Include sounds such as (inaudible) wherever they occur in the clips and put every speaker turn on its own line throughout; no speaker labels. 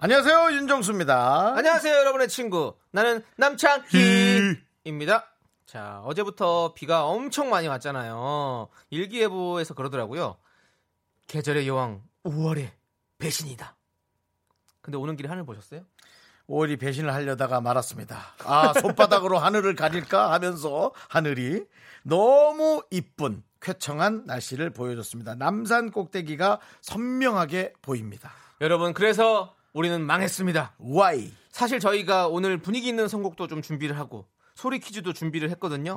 안녕하세요 윤정수입니다.
아, 안녕하세요, 여러분의 친구. 나는 남창희입니다. 자, 어제부터 비가 엄청 많이 왔잖아요. 일기예보에서 그러더라고요. 계절의 여왕 5월의 배신이다. 근데 오는 길에 하늘 보셨어요?
5월이 배신을 하려다가 말았습니다. 아 손바닥으로 하늘을 가릴까 하면서 하늘이 너무 이쁜 쾌청한 날씨를 보여줬습니다. 남산 꼭대기가 선명하게 보입니다.
여러분, 그래서 우리는 망했습니다.
와이
사실 저희가 오늘 분위기 있는 선곡도 좀 준비를 하고 소리 퀴즈도 준비를 했거든요.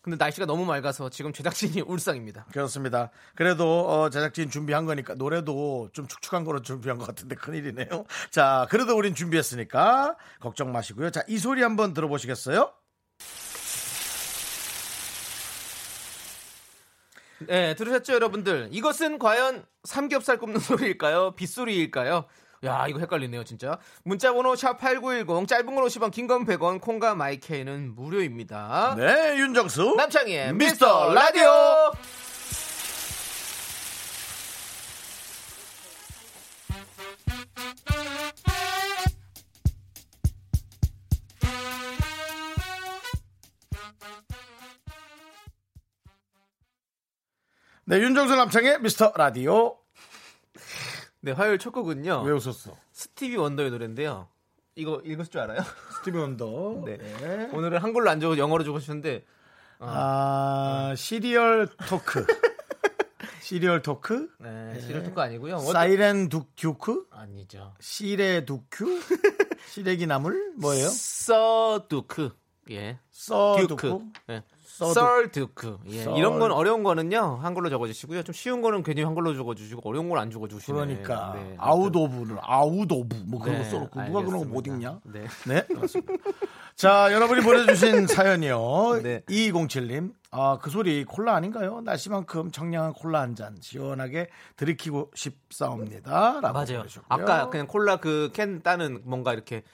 근데 날씨가 너무 맑아서 지금 제작진이 (laughs) 울상입니다.
그렇습니다. 그래도 어, 제작진 준비한 거니까 노래도 좀 축축한 거로 준비한 것 같은데 큰일이네요. 자 그래도 우린 준비했으니까 걱정 마시고요. 자 이 소리 한번 들어보시겠어요?
네, 들으셨죠, 여러분들? 이것은 과연 삼겹살 굽는 (laughs) 소리일까요? 빗소리일까요? 야, 이거 헷갈리네요, 진짜. 문자번호 샵8910, 짧은 건 50원, 긴 건 100원, 콩과 마이케이는 무료입니다.
네 윤정수
남창희의
미스터
미스터 라디오!
네 윤정수 남창의 미스터 라디오
네, 화요일 첫 곡은요.
왜 웃었어?
스티비 원더의 노래인데요. 이거 읽을 줄 알아요? (laughs)
스티비 원더
네.
네.
오늘은 한글로 안 적고 영어로 적으셨는데,
아 시리얼
(laughs)
토크 시리얼 토크
네, 시를 듣거 아니고요. 어떤-
사이렌 두 듀크
아니죠.
시레
(laughs)
두큐 시래기 나물 뭐예요?
서두크. 예.
써
듀크.
두쿠
예.
서두-
썰 듀크. 예.
썰-
이런 건 어려운 거는요. 한글로 적어주시고요. 좀 쉬운 거는 괜히 한글로 적어주시고 어려운 건 안 적어주시네.
그러니까
네.
아웃 오브를 아웃 오브 뭐 그런 거
네,
써놓고 누가 그런 거 못 읽냐?
알겠습니다. 네.
네. 그렇습니다. 자, 여러분이
(laughs)
보내주신 사연이요.
네.
2207님. 아, 그 소리 콜라 아닌가요? 날씨만큼 청량한 콜라 한 잔 시원하게 들이키고 싶사옵니다. 라고
맞아요.
보내주셨고요.
아까 그냥 콜라 그 캔 따는 뭔가 이렇게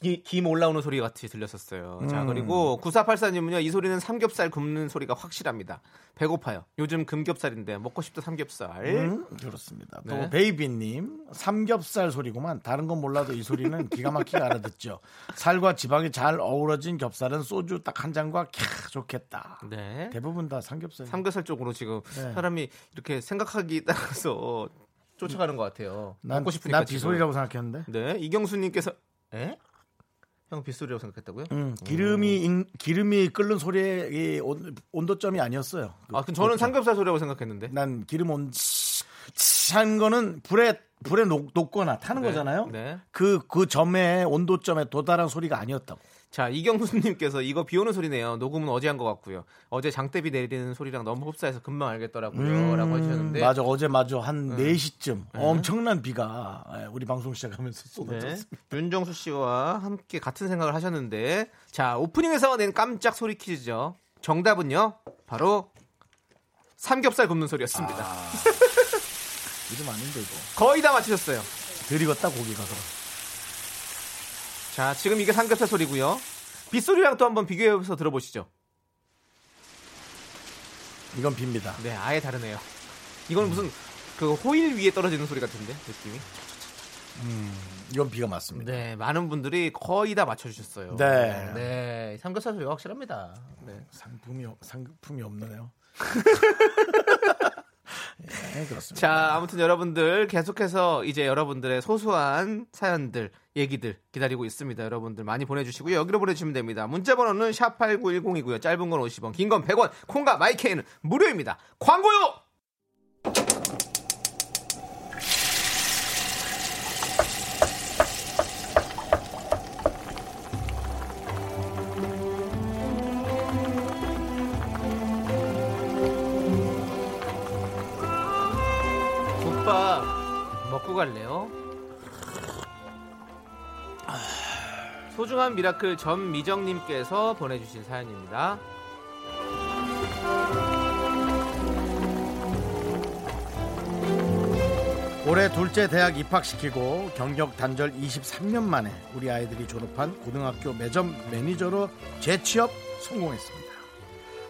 기- 김 올라오는 소리 같이 들렸었어요.
음.
자, 그리고 9484님은요, 이 소리는 삼겹살 굽는 소리가 확실합니다. 배고파요. 요즘 금겹살인데, 먹고 싶다 삼겹살.
음, 그렇습니다. 또
네.
베이비님 삼겹살 소리구만. 다른 건 몰라도 이 소리는 기가 막히게 알아듣죠. 살과 지방이 잘 어우러진 겹살은 소주 딱 한 잔과 캬 좋겠다.
네.
대부분 다 삼겹살.
삼겹살 쪽으로 지금
네.
사람이 이렇게 생각하기 따라서 쫓아가는 것 같아요.
난,
먹고 싶으니까.
난
지금.
비소리라고 생각했는데.
네, 이경수님께서 에? 형 빗소리라고 생각했다고요?
음, 기름이 인- 기름이 끓는 소리의 이 온- 온도점이 아니었어요. 그-
아, 그럼 저는 삼겹살 소리라고 생각했는데.
난 기름 온 치- 치- 한 거는 불에 불에 녹, 녹거나 타는
네,
거잖아요.
네.
그 그 점의 온도점에 도달한 소리가 아니었다고.
자, 이경수님께서 이거 비 오는 소리네요. 녹음은 어제 한 것 같고요. 어제 장대비 내리는 소리랑 너무 흡사해서 금방 알겠더라고요.
음,
라고 해주셨는데. 네.
맞아 어제 맞아 한 4시쯤 엄청난 비가 예, 우리 방송 시작하면서
네.
쏟아졌어.
윤정수 씨와 함께 같은 생각을 하셨는데. 자, 오프닝에서 낸 깜짝 소리 퀴즈죠. 정답은요. 바로 삼겹살 굽는 소리였습니다.
이름 아닌데 이거.
거의 다 맞히셨어요.
들이었다 고기가 그럼.
자, 지금 이게 삼겹살 소리고요. 빗소리랑 또 한번 비교해서 들어보시죠.
이건 빕니다.
네, 아예 다르네요. 이건 무슨 그 호일 위에 떨어지는 소리 같은데 느낌이.
이건 비가 맞습니다.
네, 많은 분들이 거의 다 맞춰주셨어요.
네.
네, 삼겹살 소리가 확실합니다. 네.
상품이 없- 상품이
(laughs)
없네요. 예, 그렇습니다.
자, 아무튼 여러분들 계속해서 이제 여러분들의 소소한 사연들, 얘기들 기다리고 있습니다. 여러분들 많이 보내주시고요. 여기로 보내주시면 됩니다. 문자번호는 샵8910이고요. 짧은 건 50원, 긴 건 100원, 콩과 마이케이는 무료입니다. 광고요! 국밥 먹고 갈래요? 소중한 미라클 전미정님께서 보내주신 사연입니다.
올해 둘째 대학 입학시키고 경력 단절 23년 만에 우리 아이들이 졸업한 고등학교 매점 매니저로 재취업 성공했습니다.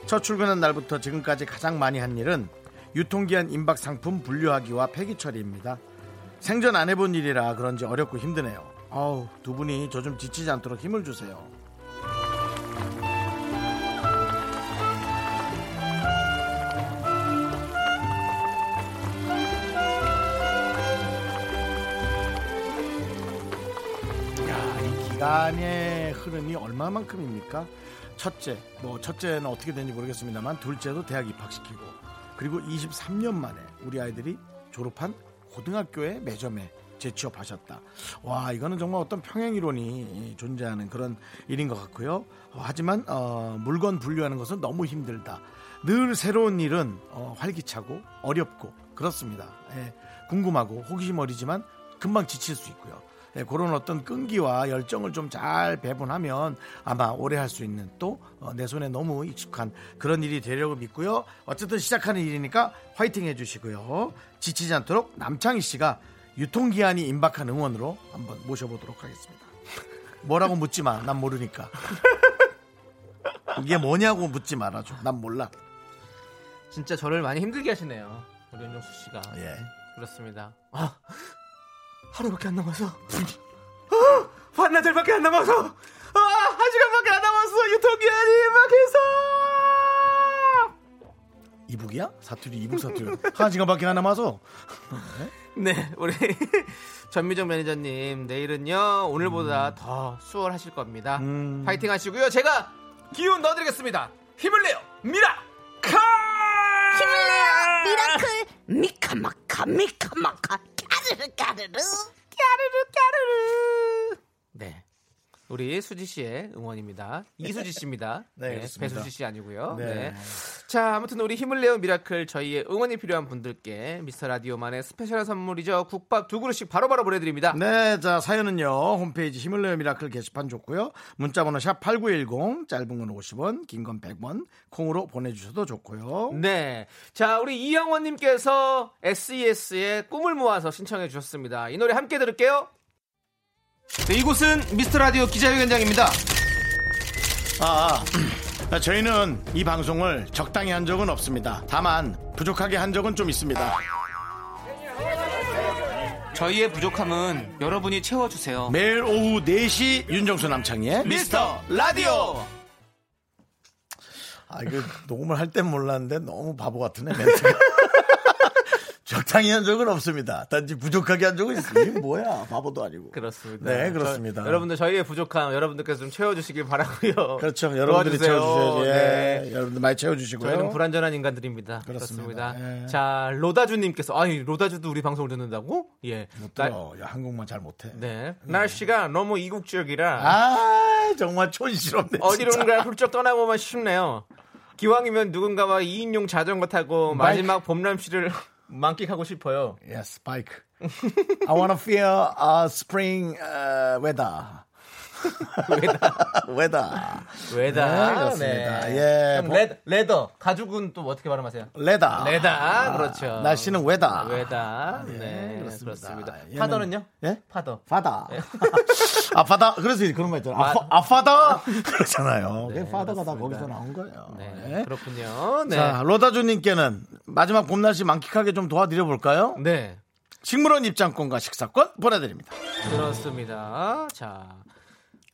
첫 출근한 날부터 지금까지 가장 많이 한 일은 유통기한 임박 상품 분류하기와 폐기 처리입니다. 생전 안 해본 일이라 그런지 어렵고 힘드네요. 아우 두 분이 저 좀 지치지 않도록 힘을 주세요. 야, 이 기간의 흐름이 얼마만큼입니까? 첫째, 뭐 첫째는 어떻게 되는지 모르겠습니다만 둘째도 대학 입학시키고 그리고 23년 만에 우리 아이들이 졸업한 고등학교의 매점에 재취업하셨다. 와, 이거는 정말 어떤 평행이론이 존재하는 그런 일인 것 같고요. 어, 하지만 어, 물건 분류하는 것은 너무 힘들다. 늘 새로운 일은 어, 활기차고 어렵고 그렇습니다. 예, 궁금하고 호기심 어리지만 금방 지칠 수 있고요. 예, 그런 어떤 끈기와 열정을 좀 잘 배분하면 아마 오래 할 수 있는 또 어, 내 손에 너무 익숙한 그런 일이 되려고 믿고요. 어쨌든 시작하는 일이니까 화이팅 해주시고요. 지치지 않도록 남창희 씨가 유통기한이 임박한 응원으로 한번 모셔보도록 하겠습니다. 뭐라고 묻지 마. 난 모르니까. 이게 뭐냐고 묻지 말아줘. 난 몰라.
진짜 저를 많이 힘들게 하시네요. 우리 윤정수 씨가.
예.
그렇습니다. 아, 하루밖에 안 남아서. 아, 반나절밖에 안 남아서. 아, 한 시간밖에 안 남았어. 유통기한이 막해서.
이북이야? 사투리 이북 사투리. 한 시간밖에 안 남아서.
네, 우리 (laughs) 전미정 매니저님 내일은요 오늘보다 더 수월하실 겁니다.
음.
파이팅 하시고요. 제가 기운 넣어드리겠습니다. 힘을 내요, 미라. 카!
미라클 미카마카 미카마카 까르르 까르르
네. 우리 수지 씨의 응원입니다. 이수지 씨입니다.
(laughs) 네, 그렇습니다.
배수지 씨 아니고요.
네.
네. 자, 아무튼 우리 힘을 내어 미라클 저희의 응원이 필요한 분들께 미스터 라디오만의 스페셜한 선물이죠. 국밥 두 그릇씩 바로바로 보내드립니다.
네, 자 사연은요 홈페이지 힘을 내요 미라클 게시판 좋고요 문자번호 샵 #8910 짧은 건 50원, 긴 건 100원 콩으로 보내주셔도 좋고요.
네. 자, 우리 이영원님께서 SES의 꿈을 모아서 신청해 주셨습니다. 이 노래 함께 들을게요. 네, 이곳은 미스터 라디오 기자회견장입니다.
아, 아, 저희는 이 방송을 적당히 한 적은 없습니다. 다만 부족하게 한 적은 좀 있습니다.
저희의 부족함은 여러분이 채워주세요.
매일 오후 4시 윤정수 남창희의
미스터 라디오!
아 이거 녹음을 할 땐 몰랐는데 너무 바보 같은 애 멘트가. (laughs) 적당히 한 적은 없습니다. 단지 부족하게 한 적은 있으니 뭐야 바보도 아니고.
그렇습니다.
네, 그렇습니다.
저- 여러분들 저희의 부족함 여러분들께서 좀 채워주시길 바라고요.
(laughs) 그렇죠. 여러분들이
도와주세요.
채워주세요. 예.
네.
여러분들 많이 채워주시고요.
저희는 불완전한 인간들입니다.
그렇습니다.
그렇습니다.
예.
자, 로다주님께서 아니 로다주도 우리 방송을 듣는다고? 예.
못
날-
들어. 야, 한국만 잘 못해.
네. 날씨가 너무 이국적이라
음. 아 정말 촌스럽네. 진짜.
어디론가 훌쩍 떠나보면 싶네요. 기왕이면 누군가와 2인용 자전거 타고
마이크.
마지막 봄날씨를 (laughs)
(laughs)
만끽하고 싶어요.
Yes, spike. I wanna feel a spring uh, weather. weather.
외다.
네, 그렇습니다. 예,
그럼
봄-
레, 레더. 가죽은 또 어떻게 발음하세요?
레다.
레다. 그렇죠.
아, 날씨는 weather.
외다.
예,
네.
그렇습니다.
그렇습니다.
얘는-
파더는요? 네.
예?
파더.
파다. (laughs) 아파다. 그래서 그런 말 있잖아요. 아파, 아파다. 그렇잖아요. 그게 파다가 다 거기서 나온 거예요.
네.
예.
그렇군요.
(laughs)
네.
자, 로다주님께는 마지막 봄날씨 만끽하게 좀 도와드려볼까요?
네.
식물원 입장권과 식사권 보내드립니다.
그렇습니다. 자.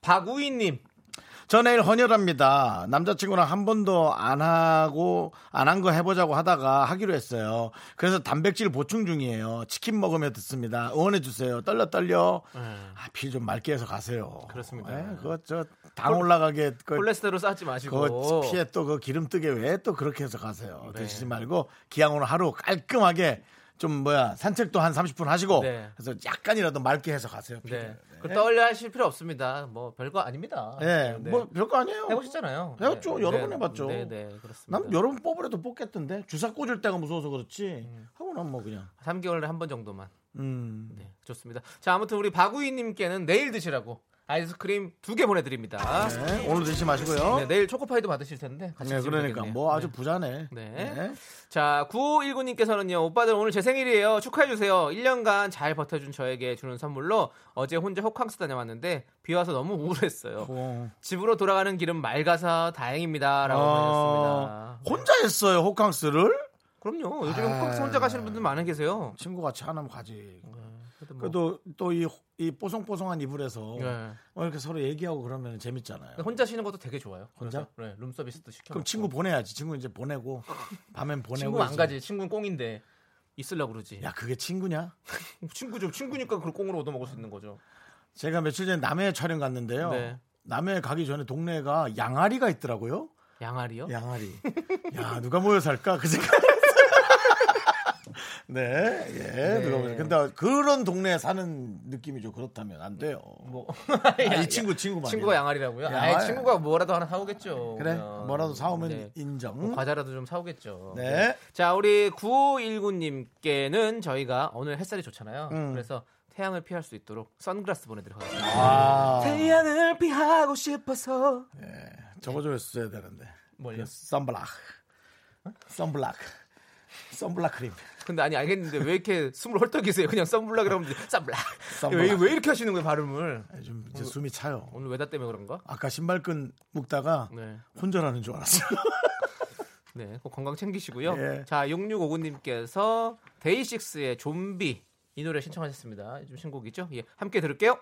박우희님.
저 내일 헌혈합니다. 남자친구랑 한 번도 안 하고 안 한 거 해보자고 하다가 하기로 했어요. 그래서 단백질 보충 중이에요. 치킨 먹으며 듣습니다. 응원해 주세요. 떨려 떨려. 아, 피 좀 맑게 해서 가세요.
네. 그렇습니다.
예, 그거 저당 올라가게 그
콜레스테롤 쌓지
그거
마시고. 네.
피에 또 그 기름 뜨게 왜 또 그렇게 해서 가세요. 드시지 말고 기왕으로 하루 깔끔하게 좀 뭐야 산책도 한 30분 하시고
네.
그래서 약간이라도 맑게 해서 가세요. 피를.
네. 그 떨려 하실 필요 없습니다. 뭐 별거 아닙니다. 네.
예, 뭐 별거 아니에요.
해보셨잖아요.
해봤죠. 여러 번 해봤죠.
네, 네, 그렇습니다.
난 여러 번 뽑으려도 뽑겠던데 주사 꽂을 때가 무서워서 그렇지
음.
하고 난뭐 그냥
3개월에 한 번 정도만.
음.
네, 좋습니다. 자, 아무튼 우리 박우희님께는 내일 드시라고 아이스크림 두 개 보내드립니다.
네, 오늘 드시지 마시고요.
네, 내일 초코파이도 받으실 텐데 같이
네,
드시면
그러니까
되겠네요.
뭐 아주 부자네.
네.
네.
자, 9519님께서는요, 오빠들 오늘 제 생일이에요. 축하해주세요. 1년간 잘 버텨준 저에게 주는 선물로 어제 혼자 호캉스 다녀왔는데 비와서 너무 우울했어요.
어.
집으로 돌아가는 길은 맑아서 다행입니다. 라고
어,
보내셨습니다.
혼자 했어요 호캉스를
그럼요. 요즘에
아.
호캉스 혼자 가시는 분들 많이 계세요.
친구 같이 하나면 가지.
그래도 뭐-
그래도 또 이 이 뽀송뽀송한 이불에서
네.
어, 이렇게 서로 얘기하고 그러면 재밌잖아요.
혼자 쉬는 것도 되게 좋아요.
혼자?
그래서, 네, 룸서비스도 시켜.
그럼 친구 보내야지. 친구 이제 보내고 밤엔 보내고.
친구 안
이제.
가지. 친구는 꽁인데 있으려고 그러지.
야 그게 친구냐?
친구 좀 친구니까 그걸 꽁으로 얻어먹을 수 있는 거죠.
제가 며칠 전에 남해 촬영 갔는데요.
네.
남해 가기 전에 동네가 양아리가 있더라고요.
양알이요?
양아리. 야 누가 모여 살까 그 생각. (laughs) 네, 예, 누가 모여. 근데 그런 동네에 사는 느낌이죠. 그렇다면 안 돼요.
(laughs) 뭐.
아, 이 친구 친구 말이야.
친구가 양알이라고요?
야,
아이
아,
친구가 뭐라도 하나 사오겠죠.
그래,
그냥.
뭐라도 사오면
네.
인정.
뭐 과자라도 좀 사오겠죠.
네.
자, 우리 9519님께는 저희가 오늘 햇살이 좋잖아요.
음.
그래서 태양을 피할 수 있도록 선글라스 보내드리겠습니다.
아,
태양을 피하고 싶어서.
저거 좀 했어야 되는데.
뭘요?
선블락, 선블락, 선블락 크림.
근데 아니 알겠는데 왜 이렇게 숨을 헐떡이세요? 그냥 썸블락이라고 하면 썸블락.
썸블락.
왜, 왜 이렇게 하시는 거예요 발음을?
좀 이제 숨이 차요.
오늘 외다 때문에 그런가?
아까 신발끈 묶다가
네.
혼절하는 줄 알았어요. (laughs)
네, 꼭 건강 챙기시고요.
예.
자, 6659님께서 데이식스의 좀비 이 노래 신청하셨습니다. 요즘 신곡이죠? 예, 함께 들을게요.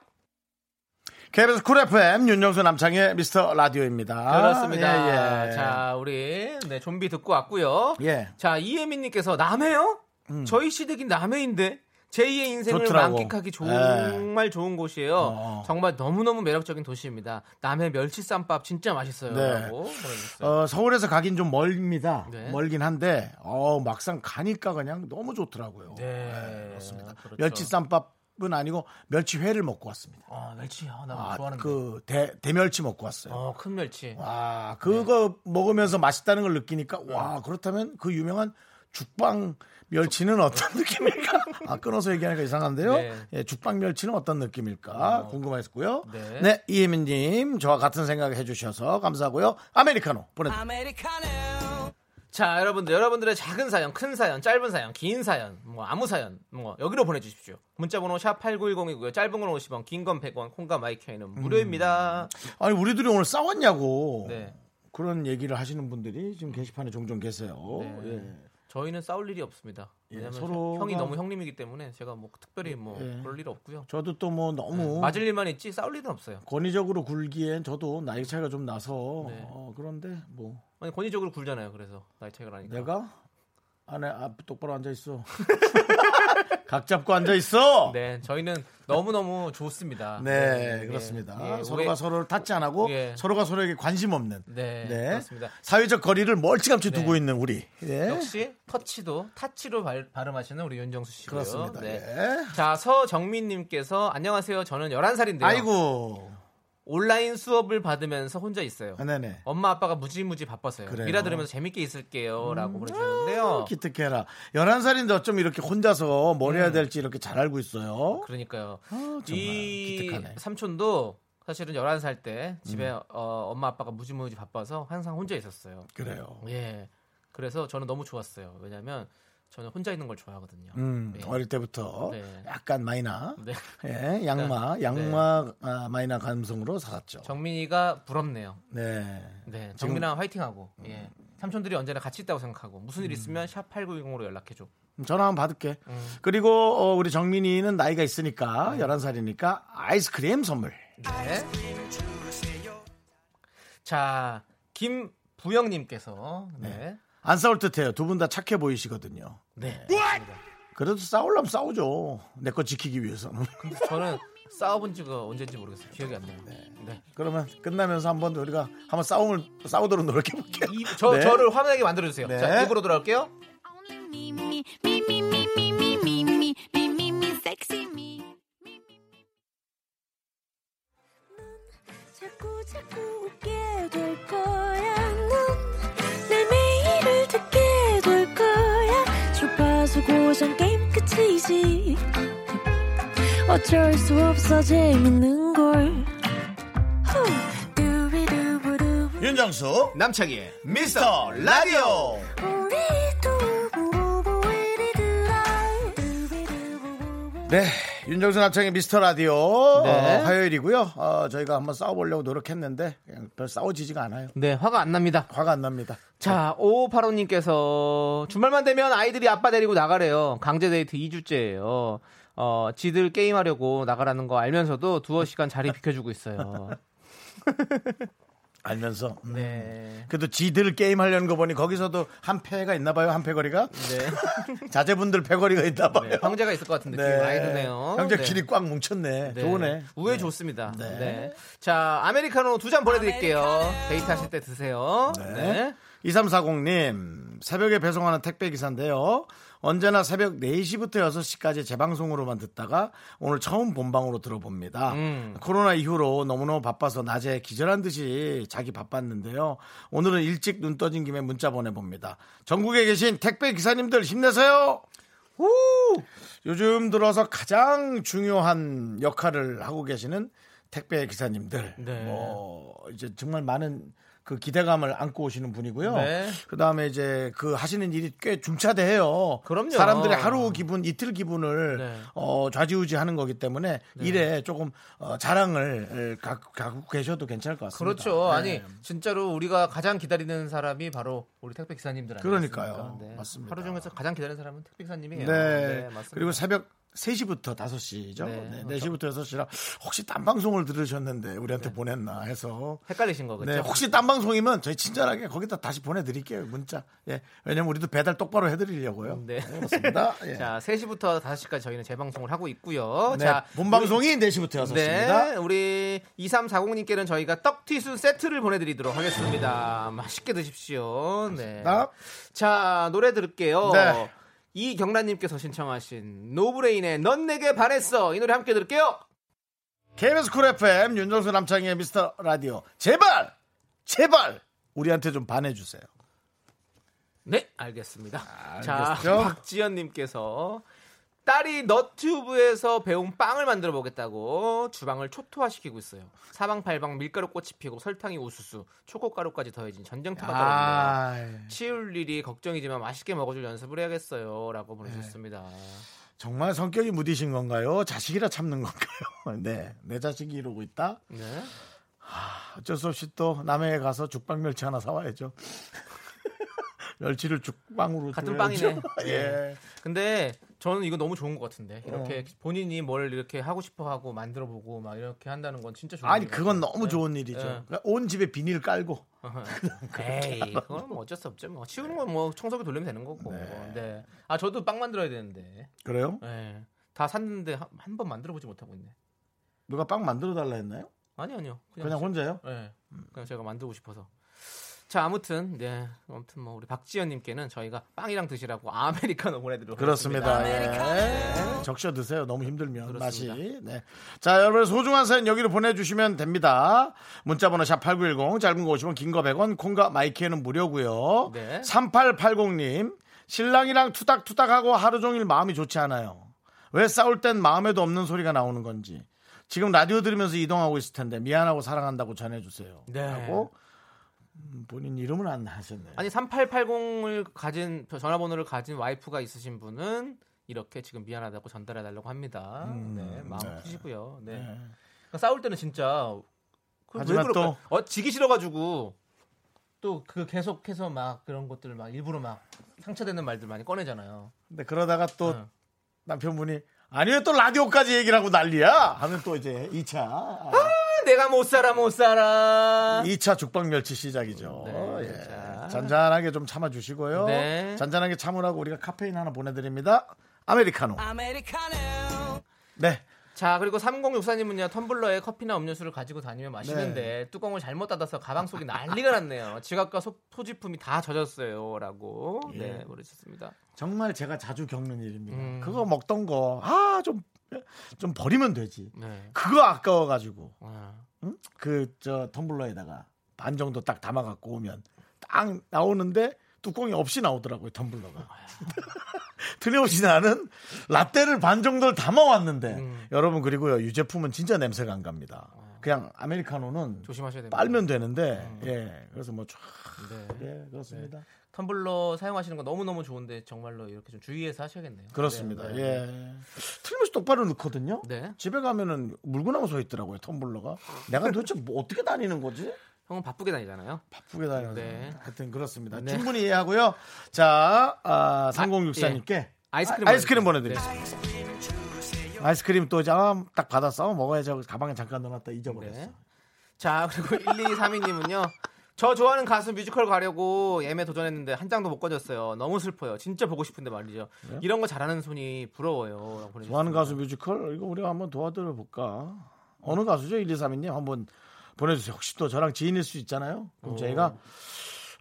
KBS 쿨 FM 윤정수 남창의 미스터 라디오입니다.
그렇습니다.
아, 예, 예.
자, 우리 네, 좀비 듣고 왔고요.
예. 음.
자, 이혜민님께서 남해요? 저희 시댁인 남해인데 제2의 인생을
좋더라고.
만끽하기 좋-
예.
정말 좋은 곳이에요.
어.
정말 너무너무 매력적인 도시입니다. 남해 멸치쌈밥 진짜 맛있어요.
네.
라고 보내주셨어요.
어, 서울에서 가긴 좀 멀입니다.
네.
멀긴 한데 어, 막상 가니까 그냥 너무 좋더라고요.
네,
그렇습니다.
그렇죠.
멸치 쌈밥은 아니고 멸치회를 먹고 왔습니다.
아, 멸치요. 나
아,
좋아하는데.
그 대, 대멸치 먹고 왔어요.
어, 큰 멸치. 네.
와, 아, 그거 먹으면서 맛있다는 걸 느끼니까 와, 그렇다면 그 유명한 죽빵 멸치는 어떤 느낌일까? 아, 끊어서 얘기하니까 이상한데요.
네.
예, 죽빵 멸치는 어떤 느낌일까 궁금했고요.
네.
네, 이혜민 님, 저와 같은 생각 해 주셔서 감사하고요. 아메리카노 보내 드립니다
자, 여러분들, 여러분들의 작은 사연, 큰 사연, 짧은 사연, 긴 사연, 뭐 아무 사연, 뭐 여기로 보내주십시오. 문자번호 샵 #8910이고요. 짧은 건 50원, 긴 건 100원, 콩과 마이크는
음.
무료입니다.
아니, 우리들이 오늘 싸웠냐고.
네,
그런 얘기를 하시는 분들이 지금 게시판에 종종 계세요.
네.
예.
저희는 싸울 일이 없습니다.
예,
왜냐면
서로가-
형이 너무 형님이기 때문에 제가 뭐 특별히 뭐
예.
그럴 일 없고요.
저도 또 뭐 너무
네, 맞을 일만 있지 싸울 일은 없어요.
권위적으로 굴기엔 저도 나이 차이가 좀 나서
네.
어, 그런데 뭐
아니 권위적으로 굴잖아요. 그래서 나이 차이가 나니까.
내가 안에 앞 똑바로 앉아
(laughs)
있어. (laughs) 각 잡고 앉아 있어. 네,
네, 저희는 너무 너무 좋습니다. 예,
그렇습니다.
예,
서로가
우리-
서로를 탓지 안 하고
예.
서로가 서로에게 관심 없는.
네, 그렇습니다.
사회적 거리를 멀찌감치
네.
두고 있는 우리. 예.
역시 터치도 타치로 발, 발음하시는 우리 윤정수 씨고요.
그렇습니다.
네.
예.
자, 서정민님께서 안녕하세요. 저는 11살인데요.
아이고.
온라인 수업을 받으면서 혼자 있어요.
아, 네네.
엄마 아빠가 무지무지 바빠서요.
그래요. 음, 아,
미라 들으면서 재밌게 있을게요. 라고 보내주셨는데요.
어, 기특해라. 11살인데 어쩜 이렇게 혼자서 뭘
음.
해야 될지 이렇게 잘 알고 있어요.
그러니까요.
아, 정말
아, 이
기특하네. 음.
삼촌도 사실은 11살 때 집에 어, 엄마 아빠가 무지무지 바빠서 항상 혼자 있었어요.
그래요.
예. 그래서 저는 너무 좋았어요. 왜냐면 저는 혼자 있는 걸 좋아하거든요.
음,
네.
어릴 때부터
네.
약간 마이나
네.
예, 양마, 양마 아, 마이나 감성으로 살았죠.
정민이가 부럽네요.
네.
네,
지금-
정민아 화이팅하고. 예. 삼촌들이 언제나 같이 있다고 생각하고 무슨 일 있으면 샵 8910으로 연락해 줘.
전화 한번 받을게.
음.
그리고 어, 우리 정민이는 나이가
네.
있으니까 11살이니까 아이스크림 선물.
자, 김부영 님께서 네.
안 싸울 듯해요. 두 분 다 착해 보이시거든요.
네.
그래도 싸우려면 싸우죠. 내 거 지키기 위해서는. (laughs)
근데 저는 싸워본 지가 언제인지 모르겠어요. 기억이 안 나요. 네.
그러면 끝나면서 한번 우리가 한번 싸움을 싸우도록 노력해 볼게요.
이- 저
네.
저를 화나게 만들어 주세요.
네.
자, 입으로 돌아올게요.
Only me, me, me, me, me, me, me, me, me, me, me, me, sexy me. 자꾸 자꾸 웃게 될 거야. 넌내 매일을 듣게 될 거야. 주파수 고정 게임 끝이지. 어쩔 수 없어 재밌는 걸.
윤정수
남창희의
미스터 라디오
우리 두부부부 이리들아 두비두부부부
네, 윤정수 남창의 미스터 라디오
네.
어, 화요일이고요. 어, 저희가 한번 싸워보려고 노력했는데 그냥 별 싸워지지가 않아요.
네 화가 안 납니다
화가 안 납니다.
자, 5585님께서 주말만 되면 아이들이 아빠 데리고 나가래요. 강제 데이트 2주째예요. 어, 지들 게임하려고 나가라는 거 알면서도 두어 시간 자리 비켜주고 있어요.
알면서 음.
(laughs) 네.
그래도 지들 게임 하려는 거 보니 거기서도 한 패가 있나 봐요. 한 패거리가 (laughs) 자제분들 패거리가 있나 봐요.
네. 황제가 있을 것 같은 느낌 많이 드네요.
형제끼리
네.
꽉 뭉쳤네.
네.
좋으네.
우회 좋습니다.
네.
네. 자, 아메리카노 두 잔 보내드릴게요. 데이트하실 때 드세요. 네.
2340님, 새벽에 배송하는 택배기사인데요. 언제나 새벽 4시부터 6시까지 재방송으로만 듣다가 오늘 처음 본방으로 들어봅니다.
음.
코로나 이후로 너무너무 바빠서 낮에 기절한 듯이 자기 바빴는데요. 오늘은 일찍 눈 떠진 김에 문자 보내봅니다. 전국에 계신 택배기사님들 힘내세요! 우! 요즘 들어서 가장 중요한 역할을 하고 계시는 택배 기사님들,
네.
뭐 이제 정말 많은 그 기대감을 안고 오시는 분이고요.
네.
그 다음에 이제 그 하시는 일이 꽤 중차대해요.
그럼요.
사람들의 하루 기분, 이틀 기분을
네.
어, 좌지우지하는 거기 때문에 일에 조금 어, 자랑을 어, 가- 갖고 계셔도 괜찮을 것 같습니다.
그렇죠.
네.
아니 진짜로 우리가 가장 기다리는 사람이 바로 우리 택배 기사님들 아니겠습니까? 네.
그러니까요. 맞습니다.
하루 중에서 가장 기다리는 사람은 택배 기사님이에요.
네.
맞습니다.
그리고 새벽 3시부터 5시죠.
네.
네. 4시부터 6시라 혹시 딴 방송을 들으셨는데 우리한테
네.
보냈나 해서
헷갈리신 거겠죠.
네, 혹시 딴 방송이면 저희 친절하게 거기다 다시 보내드릴게요 문자. 예, 왜냐면 우리도 배달 똑바로 해드리려고요.
네. (laughs)
그렇습니다. 예.
자, 3시부터 5시까지 저희는 재방송을 하고 있고요.
네,
자,
본 방송이 4시부터
우리-
6시입니다.
네, 우리 2340님께는 저희가 떡튀순 세트를 보내드리도록 하겠습니다. 맛있게 드십시오. 네.
나?
자, 노래 들을게요.
네.
이경란님께서 신청하신 노브레인의 넌 내게 반했어. 이 노래 함께 들을게요.
KBS 쿨 FM 윤정수 남창희의 미스터 라디오 제발 제발 우리한테 좀 반해주세요.
네, 알겠습니다. 자,
알겠죠?
박지연님께서 딸이 너튜브에서 배운 빵을 만들어 보겠다고 주방을 초토화시키고 있어요. 사방팔방 밀가루 꽃이 피고 설탕이 우수수, 초코가루까지 더해진 전쟁터가 떨어졌네요.
아,
치울 일이 걱정이지만 맛있게 먹어줄 연습을
네.
해야겠어요라고 보내주셨습니다.
정말 성격이 무디신 건가요? 자식이라 참는 건가요? (laughs) 네, 내 자식이 이러고 있다.
네.
어쩔 수 없이 또 남해에 가서 죽빵 멸치 하나 사와야죠. (laughs) 멸치를 죽빵으로
같은
줄여야죠. (laughs)
빵이네.
예.
근데 저는 이거 너무 좋은 것 같은데 이렇게
어.
본인이 뭘 이렇게 하고 싶어하고 만들어보고 막 이렇게 한다는 건 진짜 좋은
아니
것
그건
같아요.
너무
네.
좋은 일이죠.
네.
그러니까 온 집에 비닐 깔고
에이, 그건 뭐 어쩔 수 없죠. 뭐 치우는 건 뭐 청소기 돌리면 되는 거고. 네. 아 저도 빵 만들어야 되는데.
그래요?
예. 다 샀는데 한 번 만들어 보지 못하고 있네.
누가 빵 만들어 달라 했나요?
아니 아니요. 그냥,
그냥
제-
혼자요?
예. 그냥 제가 만들고 싶어서. 자 아무튼 네 아무튼 뭐 우리 박지연님께는 저희가 빵이랑 드시라고 아메리카노 보내드리도록
그렇습니다.
하겠습니다.
예. 적셔 드세요. 너무 힘들면
그렇습니다.
맛이. 네. 자, 여러분 소중한 사연 여기로 보내주시면 됩니다. 문자번호 샵 #8910 짧은 거 50원, 긴 거 100원, 콩과 마이키에는 무료고요.
네.
3880님 신랑이랑 투닥투닥하고 하루 종일 마음이 좋지 않아요. 왜 싸울 땐 마음에도 없는 소리가 나오는 건지. 지금 라디오 들으면서 이동하고 있을 텐데 미안하고 사랑한다고 전해주세요.
네.
하고 음, 본인 이름은 안 하셨네요.
아니 3880을 가진 전화번호를 가진 와이프가 있으신 분은 이렇게 지금 미안하다고 전달해 달라고 합니다. 네, 마음 푸시고요. 네. 그러니까 싸울 때는 진짜 그걸 왜
하지만
그럴까요?
또-
어, 지기 싫어가지고 또 그 계속해서 막 그런 것들을 막 일부러 막 상처되는 말들 많이 꺼내잖아요.
근데 그러다가 또
응.
남편분이 아니 왜 또 라디오까지 얘기를 하고 난리야 하면 또 이제 2차
내가 못 살아 못 살아.
2차 죽방멸치 시작이죠
네,
예.
자.
잔잔하게 좀 참아주시고요
네.
잔잔하게 참으라고 우리가 카페인 하나 보내드립니다 아메리카노 네
자 그리고 3064님은요 텀블러에 커피나 음료수를 가지고 다니며 마시는데 뚜껑을 잘못 닫아서 가방 속이 난리가 났네요 지갑과 소, 지품이다 젖었어요 라고 네 모르셨습니다
정말 제가 자주 겪는 일입니다
음.
그거 먹던 거 아 좀 좀 버리면 되지
네
그거 아까워가지고
아,
그 저 텀블러에다가 반 정도 딱 담아갖고 오면 딱 나오는데 뚜껑이 없이 나오더라고요 텀블러가 (laughs) 틀림없이 나는
음.
라떼를 반 정도를 담아왔는데 여러분 그리고요 유제품은 진짜 냄새가 안 갑니다 그냥 아메리카노는
조심하셔야 됩니다. 음. 네.
빨면 되는데 예 그래서 뭐쫙 예, 그렇습니다.
텀블러 사용하시는 거 너무 너무 좋은데 정말로 이렇게 좀 주의해서 하셔야겠네요.
그렇습니다.
네, 네.
예. 틀림없이 똑바로 넣거든요.
네.
집에 가면은 물구나무 서 있더라고요. 텀블러가. 내가 도대체 뭐 어떻게 다니는 거지?
형은 바쁘게 다니잖아요.
바쁘게 다니는
네.
거. 하여튼 그렇습니다.
네.
충분히 이해하고요. 자, 아, 3064님께
아이스크림
아이스크림
보내드릴게요.
보내드립니다. 아이스크림 또 이제 아, 딱 받았어. 어, 먹어야지. 하고 가방에 잠깐 넣어놨다 잊어버렸어.
네. 자 그리고 1232님은요. (laughs) 저 좋아하는 가수 뮤지컬 가려고 예매 도전했는데 한 장도 못 꺼졌어요. 너무 슬퍼요. 진짜 보고 싶은데 말이죠. 이런 거 잘하는 손이 부러워요. 라고 보내주셨습니다.
네? 좋아하는 가수 뮤지컬 이거 우리가 한번 도와드려 볼까? 어느 가수죠? 1, 2, 3이님 한번 보내주세요. 혹시 또 저랑 지인일 수 있잖아요. 그럼 저희가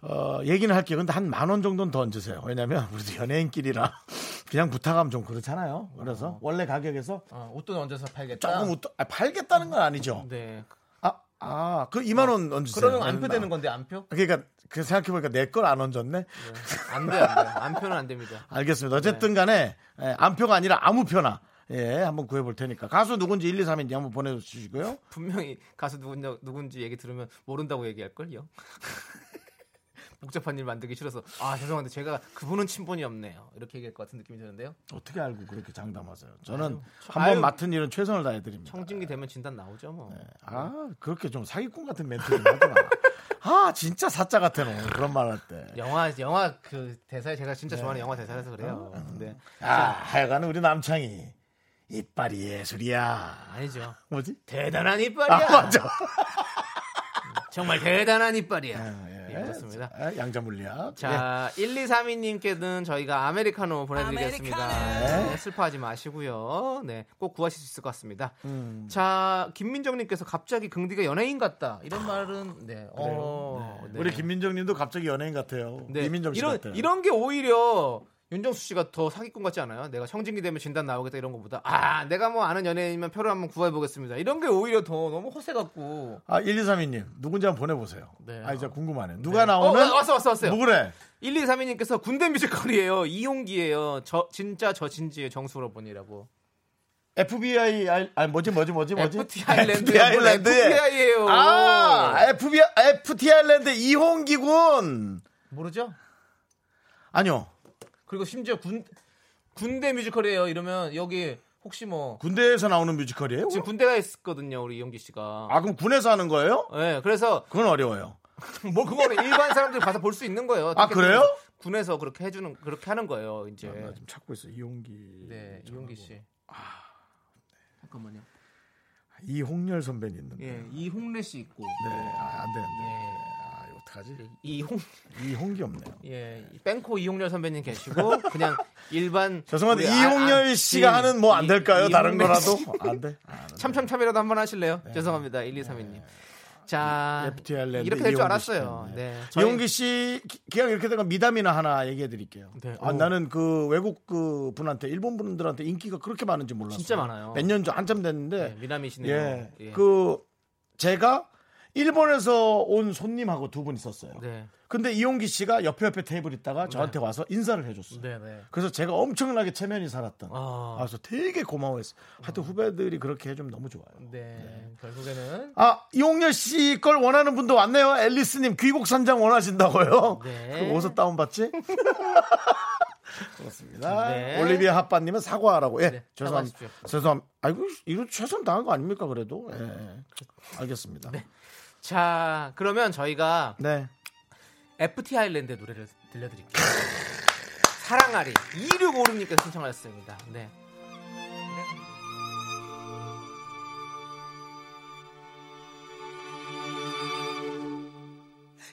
어, 얘기는 할게요. 근데 한 만 원 정도는 더 얹으세요. 왜냐면 우리도 연예인끼리라 (laughs) 그냥 부탁하면 좀 그렇잖아요. 그래서 원래 가격에서
어, 옷도 얹어서 팔겠다.
조금 웃도- 아, 팔겠다는 건 아니죠.
네.
아, 아, 그 2만 원 얹으세요.
어, 그러면 안표 되는 건데 안표?
그러니까 그 생각해보니까 내 걸 안 얹었네.
안 돼, 안 돼. 안표는 안 됩니다.
(laughs)
(laughs)
알겠습니다.
네.
어쨌든 간에 예, 안표가 아니라 아무 표나 예, 한번 구해볼 테니까 가수 누군지 1, 2, 3인지 한번 보내주시고요.
분명히 가수 누군지, 누군지 얘기 들으면 모른다고 얘기할걸요. (laughs) 복잡한 일 만들기 싫어서 아 죄송한데 제가 그분은 친분이 없네요. 이렇게 얘기할 것 같은 느낌이 드는데요.
어떻게 알고 그렇게 장담하세요? 저는 한 번
참- 아유.
맡은 일은 최선을 다해드립니다.
청진기 되면 진단 나오죠 뭐.
아 그렇게 좀 사기꾼 같은 멘트를
(laughs)
하더라. 아 진짜 사짜 같아 너 그런 말 할 때.
영화 영화 그 대사에 제가 진짜 좋아하는 영화 대사라서 그래요. 근데
아 하여간 우리 남창이 이빨이 예술이야.
아니죠.
뭐지?
대단한
아
이빨이야.
맞아.
정말 대단한 이빨이야.
예,
예, 그렇습니다.
아, 양자물리학.
자, 1232님께는 저희가 아메리카노 보내드리겠습니다. 네, 슬퍼하지 마시고요. 네, 꼭 구하실 수 있을 것 같습니다. 자, 김민정님께서 갑자기 긍디가 연예인 같다. 이런 말은, 네, 어,
예.
네.
우리 김민정님도 갑자기 연예인 같아요.
네,
이민정 씨
이런,
같아요.
이런 게 오히려 윤정수 씨가 더 사기꾼 같지 않아요? 내가 청진기 되면 진단 나오겠다 이런 것보다, 아, 내가 뭐 아는 연예인이면 표를 한번 구해보겠습니다. 이런 게 오히려 더 너무 허세 같고.
아 1232님 누군지 한번 보내보세요.
네.
아 이제 궁금하네. 누가 나오는?
어, 왔어, 왔어, 왔어요.
누구래?
1232님께서 군대 뮤지컬이에요. 이용기예요. 저 진짜 저 진지의 정수로본이라고.
FBI 알, 아 뭐지 뭐지 뭐지 뭐지?
FT 아일랜드예요. 뭘 FTI예요.
아 FBI FT 아일랜드 이홍기 군
모르죠?
아니요
그리고 심지어 군 군대 뮤지컬이에요. 이러면 여기 혹시 뭐
군대에서 나오는 뮤지컬이에요?
지금 군대가 있었거든요. 우리 이용기 씨가.
아 그럼 군에서 하는 거예요?
예. 그래서
그건 어려워요.
뭐 그거는 일반 사람들이 가서 볼 수 있는 거예요.
아, 그래요?
군에서 그렇게 해 주는 그렇게 하는 거예요, 이제.
아, 나 지금 찾고 있어 이홍기.
네, 이용기 씨.
아.
잠깐만요.
이홍렬 선배님 있는데.
예, 이홍래 씨 있고.
네, 아, 안 돼, 안 돼.
예.
아, 이거 어떡하지?
이홍
이홍기 없네요.
예, 이 뺑코 이용렬 선배님 계시고 그냥 일반
(laughs) 죄송한데
우리 아-
이홍렬
아-
씨가
이-
하는 뭐 안
이-
될까요? 다른
이홍렬
거라도 네.
씨.
안 돼. 아, 안 돼.
(laughs) 참참참이라도 한번 하실래요? 죄송합니다. 1232님. 자,
FT 아일랜드
이렇게 될
네.
줄
이용기
알았어요.
씨.
네. 저희-
이홍기 씨 기- 기왕 이렇게 된 건 미담이나 하나 얘기해 드릴게요.
네.
아,
오.
나는 그 외국 그 분한테 일본 분들한테 인기가 그렇게 많은지 몰랐어요.
진짜 많아요.
몇 년 전 한참
네,
됐는데
미남이시네요.
예.
예.
그 제가 일본에서 온 손님하고 두 분 있었어요.
네.
근데 이용기 씨가 옆에 옆에 테이블 있다가 저한테 와서 인사를 해 줬어요.
네, 네.
그래서 제가 엄청나게 체면이 살았던.
아.
아, 그래서 되게 고마워했어. 하여튼 후배들이 그렇게 해주면 너무 좋아요.
네. 결국에는
아, 이홍렬 씨 걸 원하는 분도 왔네요. 앨리스님 귀곡 산장 원하신다고요.
네.
그거 어디서 다운받지?
(laughs)
그렇습니다.
네.
올리비아 핫바님은 사과하라고. 예,
네,
죄송합니다.
사과하십시오.
죄송합니다. 아이고, 이거 최선 당한 거 아닙니까, 그래도? 예, 예.
그렇죠.
알겠습니다. 네.
자, 그러면 저희가 FT 아일랜드의 노래를 들려
(laughs)
드릴게요. 사랑아리 2656님께서 신청하셨습니다. 네.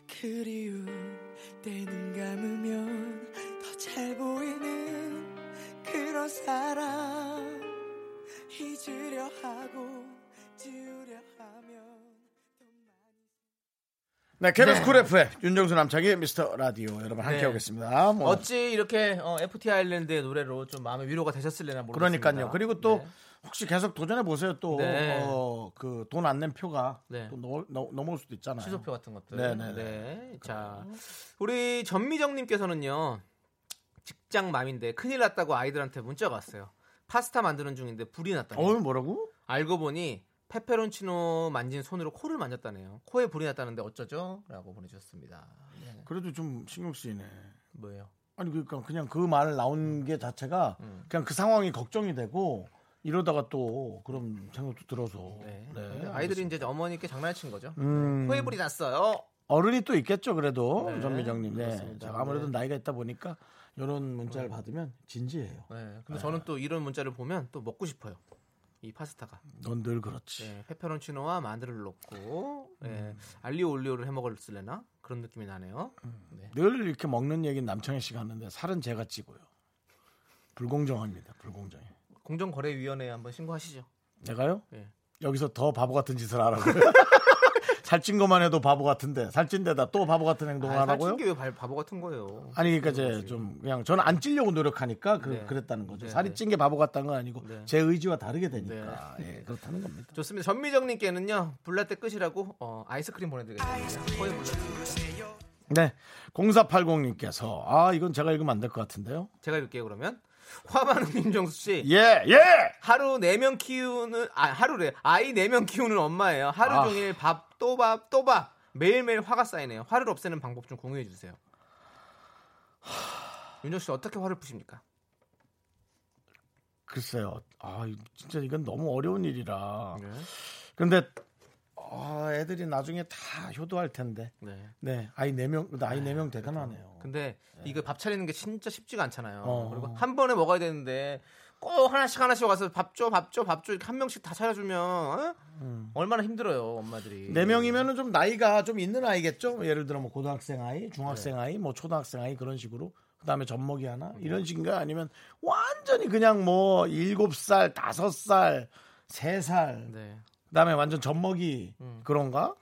그리운 때눈 감으면 더 잘 보이는 그런 사람 잊으려 하고 지우려 하면 더 많이
네, KBS 쿨 FM, 윤정수 남창희 미스터 라디오. 여러분 함께
네.
오겠습니다. 뭐.
어찌 이렇게 어, FT 아일랜드의 노래로 좀 마음의 위로가 되셨을래나 모르겠습니다.
그러니까요. 그리고 또
네.
혹시 계속 도전해 보세요. 또
네.
그 돈 안 낸 표가
네.
또 넘- 넘- 넘어올 수도 있잖아요.
취소표 같은 것들.
네, 네,
네. 자, 우리 전미정님께서는요 직장 맘인데 큰일 났다고 아이들한테 문자가 왔어요. 파스타 만드는 중인데 불이 났다.
어 뭐라고?
알고 보니 페페론치노 만진 손으로 코를 만졌다네요. 코에 불이 났다는데 어쩌죠? 라고 보내주셨습니다. 네.
그래도 좀 신경 쓰이네.
뭐예요?
아니 그러니까 그냥 그 말
음.
나온 게 자체가 그냥 그 상황이 걱정이 되고 이러다가 또 그런 생각도 들어서
네.
네,
아이들이 이제 어머니께 장난친 거죠.
음.
코에 불이 났어요.
어른이 또 있겠죠 그래도
네,
전미정님 네.
그렇습니다.
자, 아무래도
네. 음.
나이가 있다 보니까 이런 문자를 받으면 진지해요
네. 근데 저는 또 이런 문자를 보면 또 먹고 싶어요. 이 파스타가.
넌 늘 그렇지
네, 페페론치노와 마늘을 넣고 예, 알리오 올리오를 해 먹을래나 그런 느낌이 나네요. 네.
늘 이렇게 먹는 얘기는 남창희 씨가 하는데 살은 제가 찌고요 불공정합니다 불공정해
공정거래위원회에 한번 신고하시죠.
제가요?
예.
여기서 더 바보 같은 짓을 하라고
(laughs)
살찐 것만 해도 바보 같은데 살찐 데다 또 바보 같은 행동을
아,
하라고요?
살찐 게왜 바보 같은 거예요?
아니 그러니까 이제 좀 그냥 저는 안 찌려고 노력하니까 그,
네.
그랬다는 거죠.
네,
살이
네.
찐 게 바보 같다는 건 아니고
네.
제 의지와 다르게 되니까 예, 그렇다는 겁니다.
좋습니다. 전미정님께는요 불라떼 끝이라고 어, 아이스크림 보내드리겠습니다. 호의 불라.
네, 0480님께서 아 이건 제가 읽으면 안 될 것 같은데요.
제가 읽을게요 그러면 화많은 윤정수 씨
예 예.
하루 네 명 키우는 아 하루래 아이 네 명 키우는 엄마예요. 하루
아.
종일 밥 또 밥 또 밥 매일매일 화가 쌓이네요. 화를 없애는 방법 좀 공유해 주세요. (sighs) 윤정수 씨 어떻게 화를 푸십니까?
글쎄요. 아 진짜 이건 너무 어려운 일이라.
네.
근데 아, 애들이 나중에 다 효도할 텐데. 네 아이 네명 아이 네 명 대단하네요.
어. 근데 이거 밥 차리는 게 진짜 쉽지가 않잖아요.
어.
그리고 한 번에 먹어야 되는데 꼭 하나씩 하나씩 와서 밥 줘, 밥 줘, 밥 줘. 이렇게 한 명씩 다 차려주면 어? 얼마나 힘들어요, 엄마들이.
음. 네 명이면은 좀 나이가 좀 있는 아이겠죠. 뭐 예를 들어 뭐 고등학생 아이, 중학생 아이, 뭐 초등학생 아이 그런 식으로. 그다음에 젖먹이 하나 이런 식인가 아니면 완전히 그냥 뭐 일곱 살, 다섯 살, 세 살.
네.
그다음에 완전 젖먹이 그런가?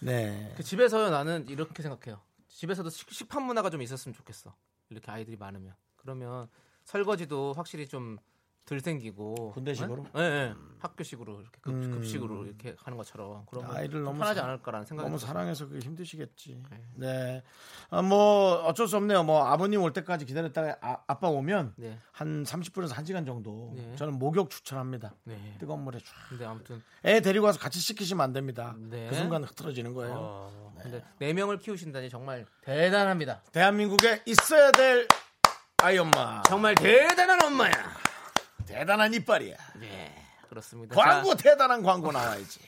네.
음. 그 집에서요 나는 이렇게 생각해요. 집에서도 식- 식판 문화가 좀 있었으면 좋겠어. 이렇게 아이들이 많으면 그러면 설거지도 확실히 좀 덜 생기고
군대식으로? 음.
예, 예. 학교식으로 이렇게 급, 급식으로 이렇게 하는 것처럼 그런 거
아이를
좀
너무
편하지
사-
않을까라는 생각이
너무
들어요.
사랑해서 그게 힘드시겠지. 네. 아, 뭐 어쩔 수 없네요. 뭐 아버님 올 때까지 기다렸다가 아, 아빠 오면
네.
한 30분에서 1시간 정도
네.
저는 목욕 추천합니다.
네.
뜨거운 물에 쫙
근데 아무튼
애 데리고 와서 같이 시키시면 안 됩니다.
네.
그 순간 흐트러지는 거예요.
어, 근데 네 명을 키우신다니 정말 대단합니다.
대한민국에 있어야 될 아이 엄마.
정말 대단한 엄마야.
대단한 이빨이야.
네, 그렇습니다.
광고
자,
대단한 광고 나와야지.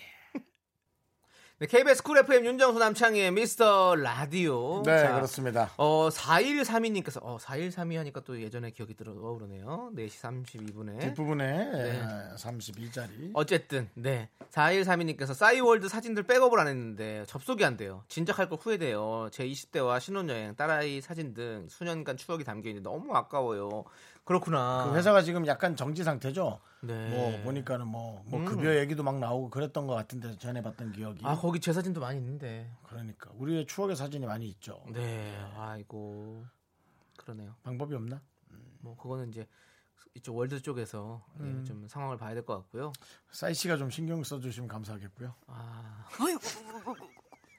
네, KBS 쿨 FM 윤정수 남창의 미스터 라디오. 자,
네, 그렇습니다.
어, 4132님께서 어, 4132 하니까 또 예전에 기억이 들어오르네요. 4시 32분에.
뒷부분에
네.
아, 32자리.
어쨌든 네 4132님께서 싸이월드 사진들 백업을 안 했는데 접속이 안 돼요. 진작할 걸 후회돼요. 제 20대와 신혼여행, 딸아이 사진 등 수년간 추억이 담겨 있는데 너무 아까워요. 그렇구나.
그 회사가 지금 약간 정지 상태죠.
네. 음.
뭐 보니까는 뭐, 뭐 급여 얘기도 막 나오고 그랬던 것 같은데 전에 봤던 기억이.
아 거기 제 사진도 많이 있는데.
그러니까 우리의 추억의 사진이 많이 있죠.
네. 아이고 그러네요.
방법이 없나?
뭐 그거는 이제 이쪽 월드 쪽에서 예,
음.
좀 상황을 봐야 될 것 같고요.
사이 씨가 좀 신경 써주시면 감사하겠고요.
아.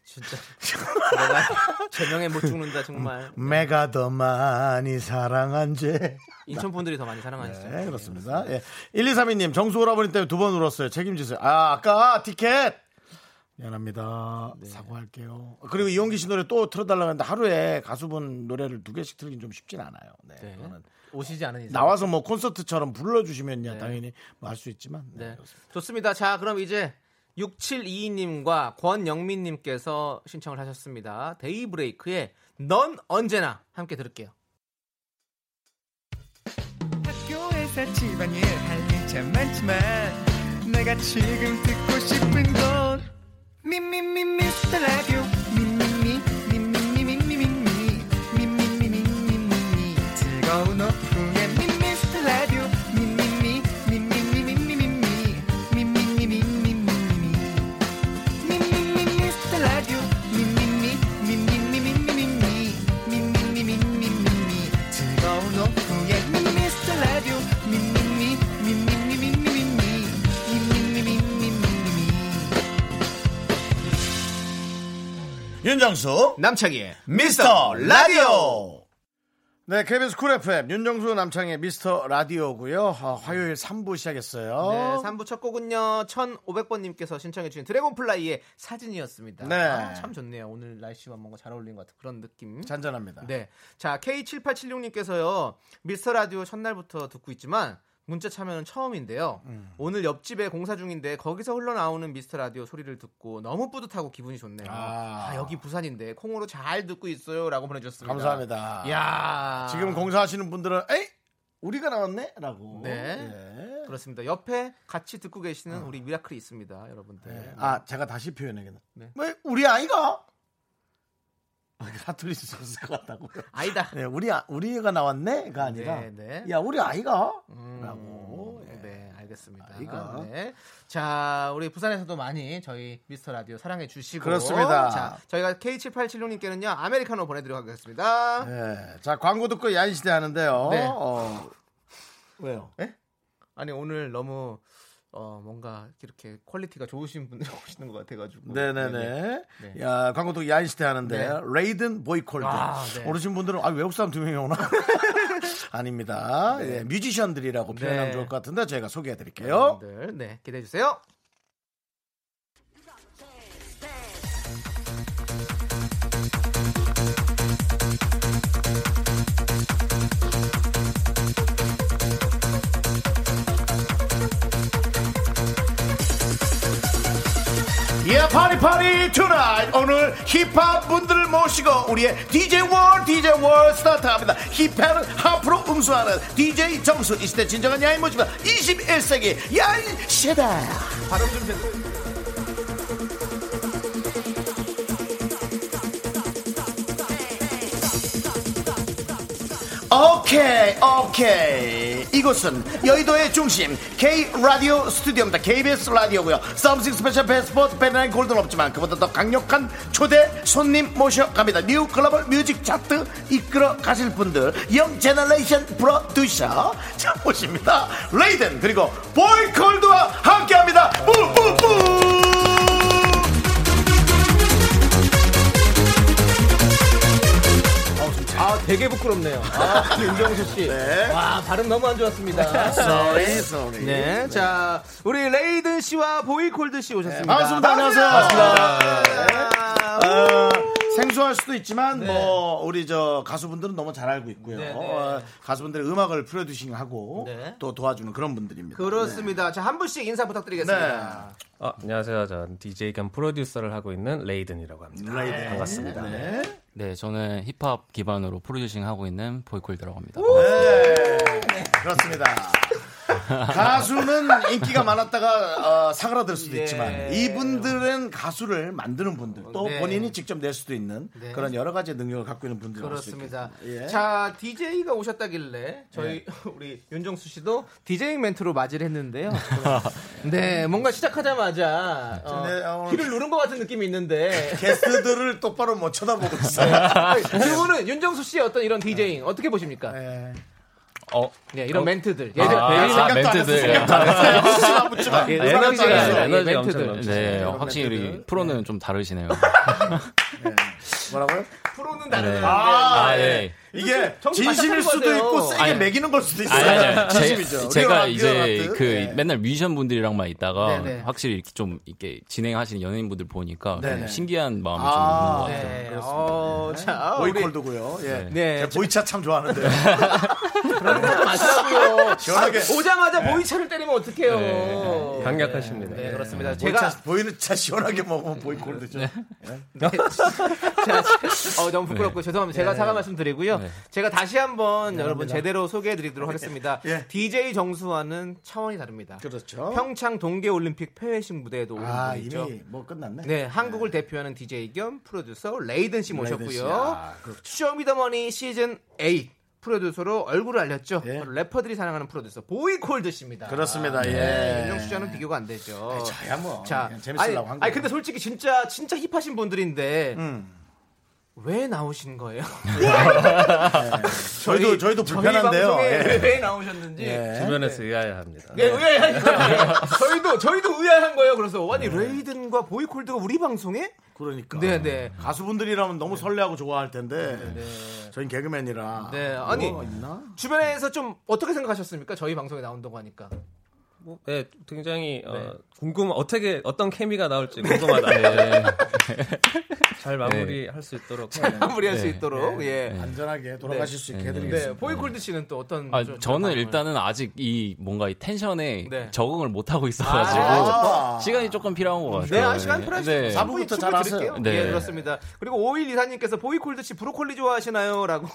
진짜 내가 제명에 못 죽는다 정말.
내가 더 많이 사랑한 죄.
인천 분들이 더 많이 사랑하시죠.
네, 그렇습니다. 예. 1232님, 정수 오라버니 때문에 두 번 울었어요. 책임지세요. 아, 아까 티켓! 미안합니다. 사과할게요. 그리고 이용기 씨 노래 또 틀어달라고 했는데 하루에 가수분 노래를 두 개씩 틀긴 좀 쉽진 않아요. 네.
네.
그거는
오시지 않은 이상.
나와서 뭐 콘서트처럼 불러주시면야 당연히 뭐 할 수 있지만. 네.
네.
그렇습니다.
좋습니다. 자, 그럼 이제 6722님과 권영민님께서 신청을 하셨습니다. 데이브레이크의 넌 언제나 함께 들을게요.
학교에서 집안일 할 일 참 많지만 내가 지금 듣고 싶은 건 미미미 미스터 라디오 미미미 미미미 미미미 미미미 미미미 즐거운 오후에 미스터 라디오 미미미 미미미 미미미 미미미 미미미 미미미 미스터 라디오 미미미 미미미 미미미 미미미 미미미 즐거운 오후에 미스터 라디오 미미미 미미미 미미미 미미미 미미미
윤정수,
남창희의
미스터 라디오! 네, KBS 쿨 FM 윤정수 남창의 미스터 라디오고요. 아, 화요일 3부 시작했어요.
네, 3부 첫 곡은요. 1500번님께서 신청해주신 드래곤플라이의 사진이었습니다.
네.
아, 참 좋네요. 오늘 날씨와 뭔가 잘 어울린 것 같은 그런 느낌.
잔잔합니다.
네. 자, K7876님께서요. 미스터 라디오 첫날부터 듣고 있지만 문자 참여는 처음인데요. 오늘 옆집에 공사 중인데 거기서 흘러나오는 미스터 라디오 소리를 듣고 너무 뿌듯하고 기분이 좋네요.
아.
아, 여기 부산인데 콩으로 잘 듣고 있어요라고 보내 주셨습니다.
감사합니다.
야.
지금 공사하시는 분들은 에이 우리가 나왔네라고.
네.
예.
그렇습니다. 옆에 같이 듣고 계시는 우리 미라클이 있습니다, 여러분들.
어. 네. 아 제가 다시 표현하겠네.
네.
왜 우리 아이가 아, 이거 사투리 쓰셨을 것 같다고요.
아이다.
(laughs) 네, 우리 아, 우리가 나왔네가 아니라
네, 네.
야 우리 아이가라고.
음,
예.
네, 알겠습니다.
이거.
네. 자, 우리 부산에서도 많이 저희 미스터 라디오 사랑해 주시고
그렇습니다.
자, 저희가 K7876님께는요. 아메리카노 보내 드리도록 하겠습니다.
네. 자 광고 듣고 야인시대 하는데요.
아. 네.
어, 예? 왜요?
아니, 오늘 너무 어, 뭔가 이렇게 퀄리티가 좋으신 분들이 (laughs) 오시는 것 같아 가지고.
네네네.
뭐, 네.
야, 광고 도 야인시대 하는데,
네.
레이든 보이콜드.
아, 네.
오르신 분들은, 아, 외국 사람 두 명이 오나? (laughs) 아닙니다. 예, 뮤지션들이라고 표현하면
네.
좋을 것 같은데, 저희가 소개해 드릴게요.
여러분들, 네, 기대해 주세요.
예, 파리 파리 투나잇. 오늘 힙합 분들을 모시고, 우리의 DJ 월, DJ 월 스타트 합니다. 힙합을 하프로 응수하는 DJ 정수. 이 시대 진정한 야인 모집다 21세기 야인시대.
발음 좀 제대로
오케이 오케이 이곳은 여의도의 중심 K 라디오 스튜디오입니다 KBS 라디오고요 썸씽 스페셜 패스포트 베네라인 골드는 없지만 그보다 더 강력한 초대 손님 모셔갑니다 뉴 글로벌 뮤직 차트 이끌어 가실 분들 영 제너레이션 프로듀서 참 모십니다 레이든 그리고 보이콜드와 함께합니다 뿌뿌뿌
아, 되게 부끄럽네요. 아, 윤정수 씨. 와, 발음 너무 안 좋았습니다.
네. Sorry, sorry.
네, 자, 우리 레이든 씨와 보이콜드 씨 오셨습니다.
네,
아,
반갑습니다. 네. 안녕하세요.
반갑습니다.
어, 생소할 수도 있지만 뭐 우리 저 가수분들은 너무 잘 알고 있고요.
네, 네.
어, 가수분들의 음악을 프로듀싱하고
네.
또 도와주는 그런 분들입니다.
그렇습니다.
네.
자, 한 분씩 인사 부탁드리겠습니다.
아, 안녕하세요. 전 DJ 겸 프로듀서를 하고 있는 레이든이라고 합니다.
네.
라이드
반갑습니다.
네, 저는 힙합 기반으로 프로듀싱 하고 있는 보이콜드라고 합니다.
그렇습니다. (laughs) 가수는 인기가 많았다가 어, 사그라들
네.
수도 있지만 이분들은 가수를 만드는 분들 또
네.
본인이 직접 낼 수도 있는 그런 여러 가지 능력을 갖고 있는 분들
그렇습니다.
예.
자, DJ가 오셨다길래 저희 (laughs) 우리 윤정수 씨도 DJ 멘트로 맞이를
(laughs)
했는데요. 네, 뭔가 시작하자마자 어,
네, 오늘-
키를 누른 것 같은 느낌이 있는데
게스트들을 똑바로 못 쳐다보고 있어요.
(laughs) 두 분은 윤정수 씨의 어떤 이런
네.
DJ 어떻게 보십니까?
예.
어,
네, 이런
어?
멘트들.
아,
예를
아,
베리나
멘트들. 아,
붙지마 붙지마.
예,
에너지가
음악을 잘해서
에너지가
이
엄청
멘트들.
넘치죠.
네,
네,
확실히 우리 프로는 좀 다르시네요.
뭐라고요?
프로는 다른
네.
아,
아, 네.
이게
정신
진심일
바짝
수도
차리고
있고
하세요.
세게
아니,
매기는 걸 수도 있어요.
아니, 아니,
진심이죠.
제, 제가
리얼한,
이제
리얼한
그
네.
맨날 뮤지션 분들이랑만 있다가
네네.
확실히 이렇게 좀 이렇게 진행하시는 연예인분들 보니까 좀
네네.
신기한 마음이
아,
좀 있는 것 같아요.
네. 어,
네.
자, 우리
보이콜도고요. 예.
네.
제가 보이차 참
(laughs)
좋아하는데요. 네.
마시라고요. 아,
시원하게.
오자마자 모의차를 때리면 어떡해요.
네.
네.
강력하십니다.
네,
예.
그렇습니다. 제가
보이차, 보이는 차 시원하게 먹으면 보이콜도죠.
네.
(laughs) 자, 네. 어, 너무 부끄럽고 죄송합니다. 제가 사과 말씀드리고요.
네.
제가 다시 한번 여러분 제대로 소개해드리도록 하겠습니다.
예.
DJ 정수와는 차원이 다릅니다.
그렇죠.
평창 동계올림픽 폐회식 무대에도 오른
아
분이죠.
이미 뭐 끝났네.
네, 한국을 대표하는 DJ 겸 프로듀서 레이든 씨 모셨고요.
씨. 아,
쇼미더머니 시즌 8 프로듀서로 얼굴을 알렸죠.
예.
바로 래퍼들이 사랑하는 프로듀서 보이콜드
아,
씨입니다. 아, 네.
그렇습니다. 예.
윤정수 씨와는 비교가 안 되죠.
자야 뭐.
자,
그냥
아니,
재밌으려고 한 거. 음.
아니 근데 솔직히 진짜 진짜 힙하신 분들인데 왜 나오신 거예요?
(laughs) 저희도- 저희도 불편한데요.
저희 방송에
예.
(laughs) 왜 나오셨는지
네.
주변에서 의아해합니다.
예, 의아해하니까 (laughs) 저희도 저희도 의아한 거예요. 그래서 어, 아니
음.
레이든과 보이콜드가 우리 방송에
그러니까.
네, 네.
가수분들이라면 너무 설레하고 좋아할 텐데. 저희 개그맨이라.
네, 아니.
뭐가 있나?
주변에서 좀 어떻게 생각하셨습니까? 저희 방송에 나온다고 하니까
네.
네, 굉장히 어, 궁금 어떻게 어떤 케미가 나올지
네,
궁금하다. 잘 마무리할 수 있도록
잘 마무리할 수
네.
있도록 예.
안전하게 돌아가실 수 있게
네.
해드리겠습니다.
네, 보이콜드 씨는 또 어떤
아,
좀
저는
마음을-
일단은 아직 이 뭔가 이 텐션에
네.
적응을 못 하고 있어가지고
아.
시간이 조금 필요한 것 같아요.
네, 아, 시간 편하시죠.
네.
네. 4분부터
사부부터
잘
잘하세요.
하세요.
네.
예, 그렇습니다. 그리고 5일 이사님께서 보이콜드 씨 브로콜리 좋아하시나요? (laughs) 라고.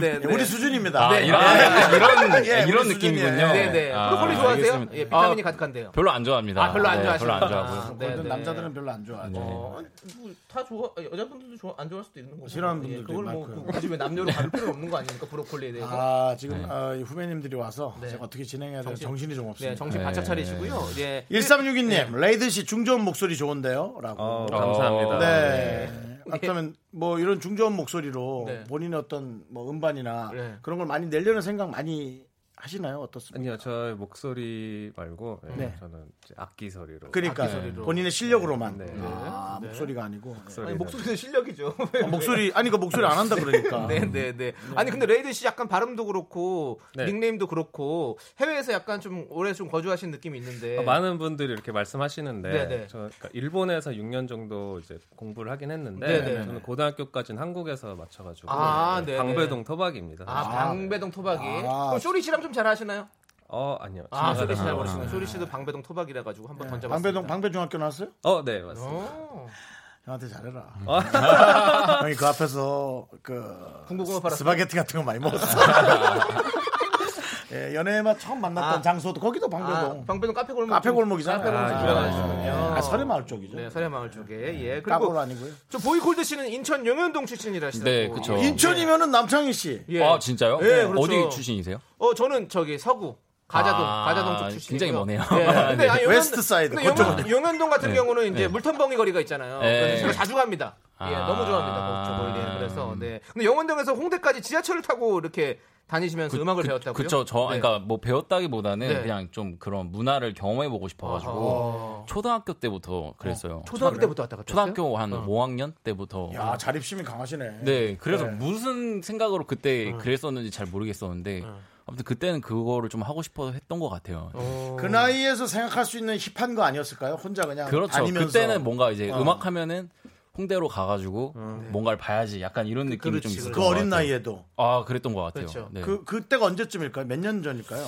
네, 네.
우리 수준입니다.
아,
네.
이런,
네.
이런,
예, 우리
이런
수준이에요.
느낌이군요.
네, 네.
아,
브로콜리 좋아하세요?
알겠습니다.
예, 비타민이
아,
가득한데요.
별로 안 좋아합니다.
아, 별로 안
네, 별로 안
좋아하시는구나.
좋아하고요.
네,
그건
네.
남자들은 별로 안 좋아하죠.
어, 다 좋아 여자분들도 좋아 안 좋아할 수도 있는 거고
싫어하는 분들도
그걸 뭐
많고요.
그- 굳이 왜 남녀로 가릴 필요 없는 거 아닙니까 브로콜리에 대해서
아, 지금 어, 이 후배님들이 와서
네.
제가 어떻게 진행해야 될지
정신-
정신이 좀
네
없습니다.
정신 바짝
네.
차리시고요 예
1362님, 레이드 씨 중저음 목소리 좋은데요? 라고.
어, 감사합니다.
네. 그렇다면 뭐 이런 중저음 목소리로
네.
본인의 어떤 뭐 음반이나
네.
그런 걸 많이 내려는 생각 많이 하시나요? 어떻습니까?
아니요, 저의 목소리 말고 예,
네.
저는 이제 악기 소리로.
그러니까
악기 소리로.
본인의 실력으로만
네.
아, 목소리가 아니고
소리를-
아니, 목소리는 실력이죠
아, 목소리 아니 그 목소리 안 한다 그러니까
(laughs)
아.
네네네 아니 근데 레이든 씨 약간 발음도 그렇고
네.
닉네임도 그렇고 해외에서 약간 좀 오래 좀 거주하신 느낌이 있는데
아,
어, 많은 분들이 이렇게 말씀하시는데
네, 네.
저 그러니까 일본에서 6년 정도 이제 공부를 하긴 했는데
네, 네.
저는 고등학교까지는 한국에서 맞춰가지고
아,
네,
네,
방배동 토박입니다.
아 방배동 토박이
아.
그럼 쇼리 씨랑 좀 잘 하시나요?
어 아니요.
아
지나가다
쇼리 씨잘
보니까.
모르시나요? 쇼리
네.
씨도 방배동 토박이라 가지고 한번 던져봤습니다
방배동 방배중학교 나왔어요?
어, 네 맞습니다.
어.
형한테 잘해라.
아.
(laughs) 형이 그 앞에서 그
군고구마 팔았어요?
스파게티 같은 거 많이
(laughs)
먹었어. 예, 연애의 맛 처음 만났던
아.
장소도 거기도 방배동.
아, 방배동 카페 골목
카페 그 골목이잖아요.
카페 골목
아,
예.
유명하시군요.
아, 서래마을 쪽이죠.
네, 서래마을 쪽에. 예.
까불
그리고
아니고요.
저 보이콜드 씨는 인천 용현동 출신이라시죠.
네, 그쵸.
인천이면은 남창희 씨.
예.
아, 진짜요?
예, 그렇죠.
어디 출신이세요?
어, 저는 저기 서구 가자동,
아,
가자동 쪽 출신.
굉장히 머네요.
예. 근데
네.
아, 용현-
웨스트 사이드,
근데 용현,
그쪽으로.
용현동 같은
네.
경우는 이제
네.
물텀벙이 거리가 있잖아요.
예.
그래서 제가 자주 갑니다. 예,
아. 음.
너무 좋아합니다. 그쪽을. 예. 그래서 네. 근데 용현동에서 홍대까지 지하철을 타고 이렇게 다니시면서 음악을 배웠다고요?
그쵸. 저,
네.
그러니까 뭐 배웠다기보다는
네.
그냥 좀 그런 문화를 경험해보고 싶어가지고
어.
초등학교 때부터 그랬어요.
초등학교 때부터 왔다 갔다 했어요?
초등학교 한 5학년 때부터
야, 자립심이 강하시네.
네, 그래서
네.
무슨 생각으로 그때 그랬었는지 잘 모르겠었는데 아무튼 그때는 그거를 좀 하고 싶어서 했던 것 같아요.
그 나이에서 생각할 수 있는 힙한 거 아니었을까요? 혼자 그냥
그렇죠.
다니면서.
그때는 뭔가 이제
어. 네.
음악 하면은 홍대로 가가지고 네. 뭔가를 봐야지 약간 이런 느낌이
그렇지,
좀 있었던
그
것
어린
같아요.
나이에도
아 그랬던 것 같아요.
그렇죠.
네. 아. 그,
그 그때가 언제쯤일까요? 몇 년 전일까요?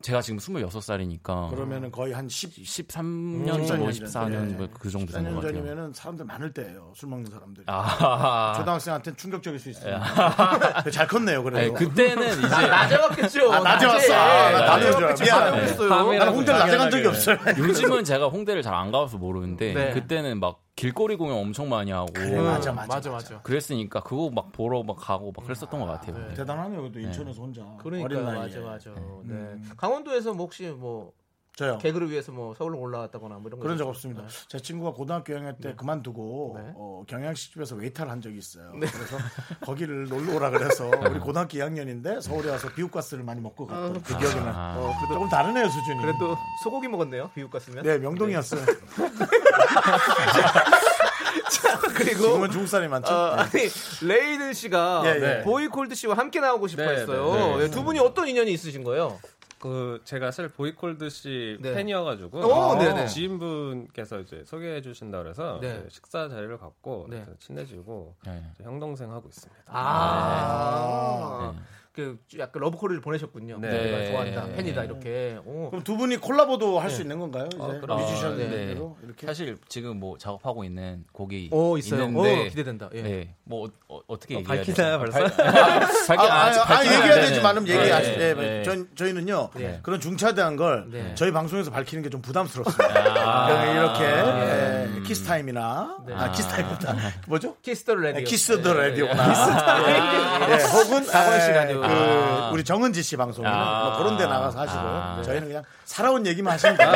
제가 지금 26살이니까
그러면은 거의 한 10,
13년
음.
정도, 14년 뭐그 정도 된
14년
것 같아요.
전이면은 사람들 많을 때예요. 술 먹는 사람들.
아,
초등학생한테는 충격적일 수 있어요. (laughs) 잘 컸네요,
네,
그래도. (laughs)
그때는 이제
낮에 네. 왔겠죠.
아, 낮에 왔어. 아, 나 낮에 온 줄 알았어.
네.
미안해요. 나는 홍대 낮에 간 적이 없어요.
요즘은 제가 홍대를 잘 안 가봐서 모르는데
네. 그때는
그때는 막 길거리 공연 엄청 많이 하고
맞아, 맞아,
맞아,
맞아.
맞아.
그랬으니까 그거 막 보러 막 가고 막 그랬었던 것 같아요.
음. 대단하네요, 그래도 인천에서 혼자.
그러니까
어린 나이에. 음.
맞아 맞아. 네. 강원도에서 뭐 혹시 뭐
저요.
개그를 위해서 뭐 서울로 올라왔다거나 뭐 이런 거
그런 적
있었어요?
없습니다. 제 친구가 고등학교 여행 때 그만두고
네.
어, 경양식집에서 웨이터를 한 적이 있어요. 그래서 거기를 놀러 오라 그래서
아.
우리 고등학교 2학년인데 서울에 와서 비우가스를 많이 먹고 갔던 그 기억이 나. 요 조금 다르네요 수준이.
아. 그래도 소고기 먹었네요. 비육 갔으면. (laughs)
네 명동이었어요.
그리고
지금은 중국 사람이 많죠. 네.
어, 아니 레이든 씨가
예, 예.
보이콜드 씨와 함께 나오고 싶어
네,
했어요.
네, 네.
예, 두 분이 어떤 인연이 있으신 거예요?
그 제가 사실 보이콜드 씨
네.
팬이어가지고
오,
어,
네네.
지인분께서 이제 소개해 주신다 그래서
네.
이제 식사 자리를 갖고
네.
이렇게 친해지고
네.
이제 형 동생 하고 있습니다.
아. 그 약간 러브콜을 보내셨군요.
네. 음.
내가 좋아한다.
네.
팬이다 이렇게. 오.
그럼 두 분이 콜라보도 할 수 있는 건가요? 이제
네. 아, 그럼. 네.
뮤지션으로 이렇게.
사실 지금 뭐 작업하고 있는 곡이
오, 있어요.
있는데
오, 기대된다. 예.
네. 뭐 어, 떻게 얘기해야
밝히나요,
되죠?
벌써?
발- 아, 밝히
아, 아,
아직
아,
밝히지
얘기해야
않았는데.
되지 많으면 얘기
네,
아시 네,
네.
전, 저희는요
네.
그런 중차대한 걸
네. 아.
저희 방송에서 밝히는 게 좀 부담스럽습니다.
아.
그러니까 이렇게 예, 키스 타임이나
네.
아, 키스 타임보다 뭐죠? 네,
키스 더 라디오.
키스 더 라디오나 예, 혹은
네. 사과의
예,
시간이요.
그
아.
우리 정은지 씨 방송은
아.
뭐 그런 데 나가서 하시고
아. 네.
저희는 그냥 살아온 얘기만 하시면 돼요.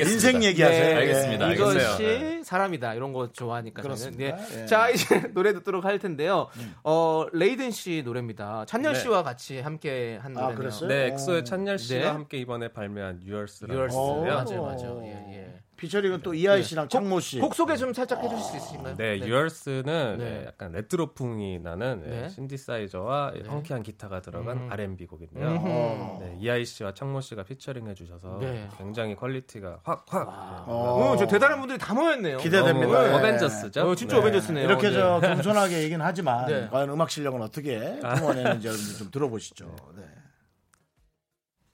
인생
네,
얘기하세요. 예.
네,
이것이 사람이다 이런 거 좋아하니까. 그렇습니다. 예. 자 이제 (laughs) 노래 듣도록 할 텐데요. 어 레이든 씨 노래입니다. 찬열
네.
씨와 같이 함께 한 노래네요.
네, 엑소의 찬열 씨가
네.
함께 이번에 발매한 유얼스라는
유얼스.
곡인데요.
맞아요, 맞아요. 예, 예.
어. 피처링은 또 이하이 씨랑 창모 씨.
곡 소개 좀 살짝 해주실 수 있으신가요?
네, 유얼스는 예, 약간 레트로풍이 나는 예,
네. 음.
신디사이저와 펑키한 기타가 들어간 R&B 곡인데요.
음흠.
네, 이하이 씨와 창모 씨가 피처링 해주셔서
네.
굉장히 퀄리티가 확 확. 네,
어.
어, 저 대단한 분들이 다 모였네요.
기대됩니다.
너무 어벤져스죠?
어, 진짜 어벤져스네요.
이렇게 저
네.
겸손하게 얘기는 하지만
네.
과연 음악 실력은 어떻게
아.
통원했는지 여러분들 좀 들어보시죠. 네.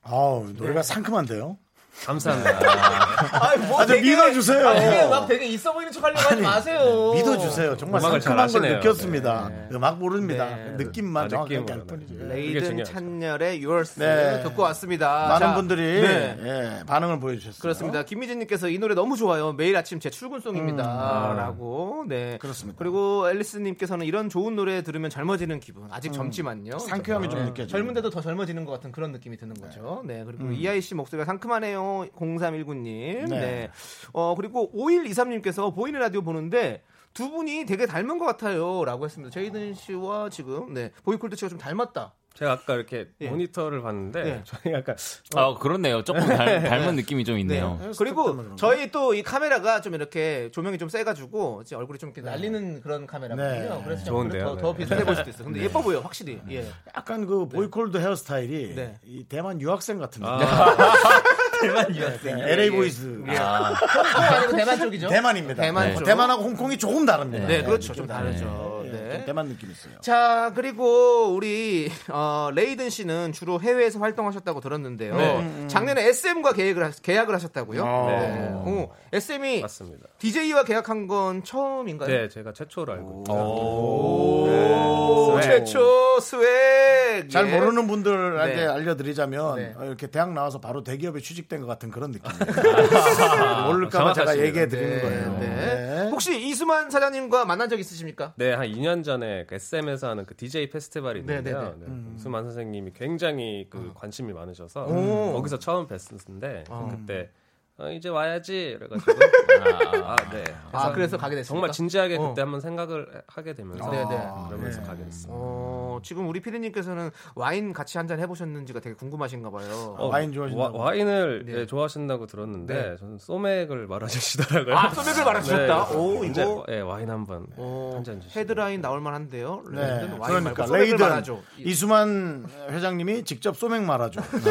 아우 노래가 상큼한데요.
감사합니다. 아이, 뭐
아주
되게-
믿어주세요.
아니, 되게 막 되게 있어 보이는 척 하려고 하지
아니,
마세요.
믿어주세요. 정말
음악을 잘
상큼한 걸
아시네요.
느꼈습니다. 그 음악 모릅니다. 그 느낌만
아,
정확하게
느낌으로. 네.
알 뿐이죠.
레이든 찬열의 유얼스
네.
듣고 왔습니다.
많은
자,
분들이
네.
예, 반응을 보여주셨어요.
그렇습니다. 김미진님께서 이 노래 너무 좋아요. 매일 아침 제
음.
출근송입니다.라고. 네. 그렇습니다. 그리고 앨리스님께서는 이런 좋은 노래 들으면 젊어지는 기분.
음.
아직 젊지만요.
상쾌함이 좀
네.
느껴져요.
젊은데도 더 젊어지는 것 같은 그런 느낌이 드는 거죠. 네. 그리고 이하이 씨 목소리가 상큼하네요. 0319님. 네.
네.
어 그리고 5123님께서 보이는 라디오 보는데. 두 분이 되게 닮은 것 같아요라고 했습니다. 제이든 씨와 지금 네 보이콜드 씨가 좀 닮았다.
제가 아까 이렇게
예.
모니터를 봤는데
예.
저희 약간 (laughs)
아 그렇네요. 조금 닮, 닮은 느낌이 좀 있네요.
그리고 저희 또 이 카메라가 좀 이렇게 조명이 좀 세가지고 이제 얼굴이 좀 이렇게 날리는 그런 카메라거든요.
네.
그래서
좋은데요.
더, 더
네.
비슷해 보일 수도 있어. 근데 예뻐 보여 확실히. 예.
약간 그 보이콜드 헤어스타일이
네.
이 대만 유학생 같은
아. 예,
대만 유학생. 네. LA 보이즈.
네. 홍콩 아니고 대만 쪽이죠.
대만입니다.
대만
네.
어,
쪽.
대만하고 홍콩이 조금 다릅니다.
네, 그렇죠.
느낌
좀
다르네.
다르죠.
예,
네.
좀 대만 느낌 있어요.
자 그리고 우리 어, 레이든 씨는 주로 해외에서 활동하셨다고 들었는데요. 작년에 SM과 계약을 하, 계약을 하셨다고요. 네. 어, SM이
맞습니다.
DJ와 계약한 건 처음인가요?
네, 제가 최초로 알고 있어요.
오, 최초 스웩.
잘
예.
모르는 분들한테
네.
알려드리자면
네.
어, 이렇게 대학 나와서 바로 대기업에 취직된 것 같은 그런 느낌이에요.
(laughs)
모를까봐 제가
정확하십니다.
얘기해 드리는
아, 네,
거예요.
네.
네.
혹시 이수만 사장님과 만난 적 있으십니까?
네, 한 2년 전에 그 SM에서 하는 그 DJ 페스티벌이 있는데요.
네, 네,
네, 수만 선생님이 굉장히 그 관심이 많으셔서
오. 아.
거기서 처음 뵀었는데 그때 어, 이제 와야지 그래가지고 아, 네.
아, 그래서 가게 됐습니까?
정말 진지하게
어.
그때 한번 생각을 하게 되면서
네, 네.
그러면서 가게 됐습니다.
어, 지금 우리 피디님께서는 와인 같이 한 잔 해보셨는지가 되게 궁금하신가 봐요.
어,
와인 좋아하신다고?
와, 인을 예,
네.
좋아하신다고 들었는데
네.
저는 소맥을 말하시더라고요.
아, 소맥을 말하셨다. 오,
이제
이거.
예, 와인 한번
어,
한 잔 주시.
헤드라인 나올 만한데요.
네.
레이든 와인
그러니까
말고 레이든
레이든
말하죠. 이-
이수만 회장님이 직접 소맥 말아줘.
(laughs)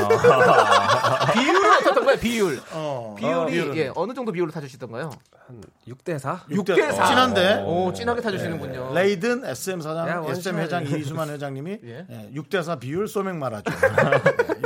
비율은 어떻던 거요 비율.
어.
비율이
비율은.
예, 어느 정도 비율로 타주시던가요?
한 6대 4?
육대
육대 사. 어.
진한데.
오, 진하게 타주시는군요.
레이든 SM 사장,
야, 원샷.
SM 회장 이수만 회장님이
예.
6대4 비율 소맥 말하죠.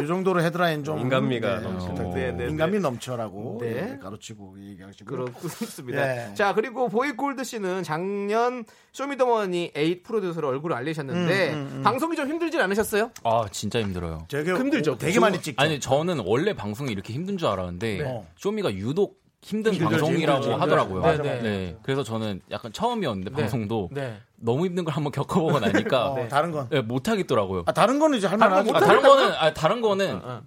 이 정도로 헤드라인 좀
인간미가 넘치는.
부탁드려요.
네, 네, 네.
인간미 넘쳐라고
네.
예, 가르치고 얘기하시고
그렇습니다.
예.
자, 그리고 보이골드 씨는 작년 쇼미더머니 8 프로듀서로 얼굴을
음,
알리셨는데 방송이 좀 힘들진 않으셨어요?
아 진짜 힘들어요.
되게
힘들죠?
되게 많이 찍죠.
아니 저는 원래 방송이 이렇게 힘든 줄 알았는데
네.
쇼미가 유독 힘든
힘들죠,
방송이라고
힘들죠.
하더라고요.
맞아, 맞아,
네. 그래서 저는 약간 처음이었는데
네.
방송도
네.
너무 힘든 걸 한번 (laughs) 겪어보고 나니까
어, 다른 건.
네, 못하겠더라고요.
아, 다른 건 이제 할만하죠.
아, 다른 거는 아, 다른 거는
어.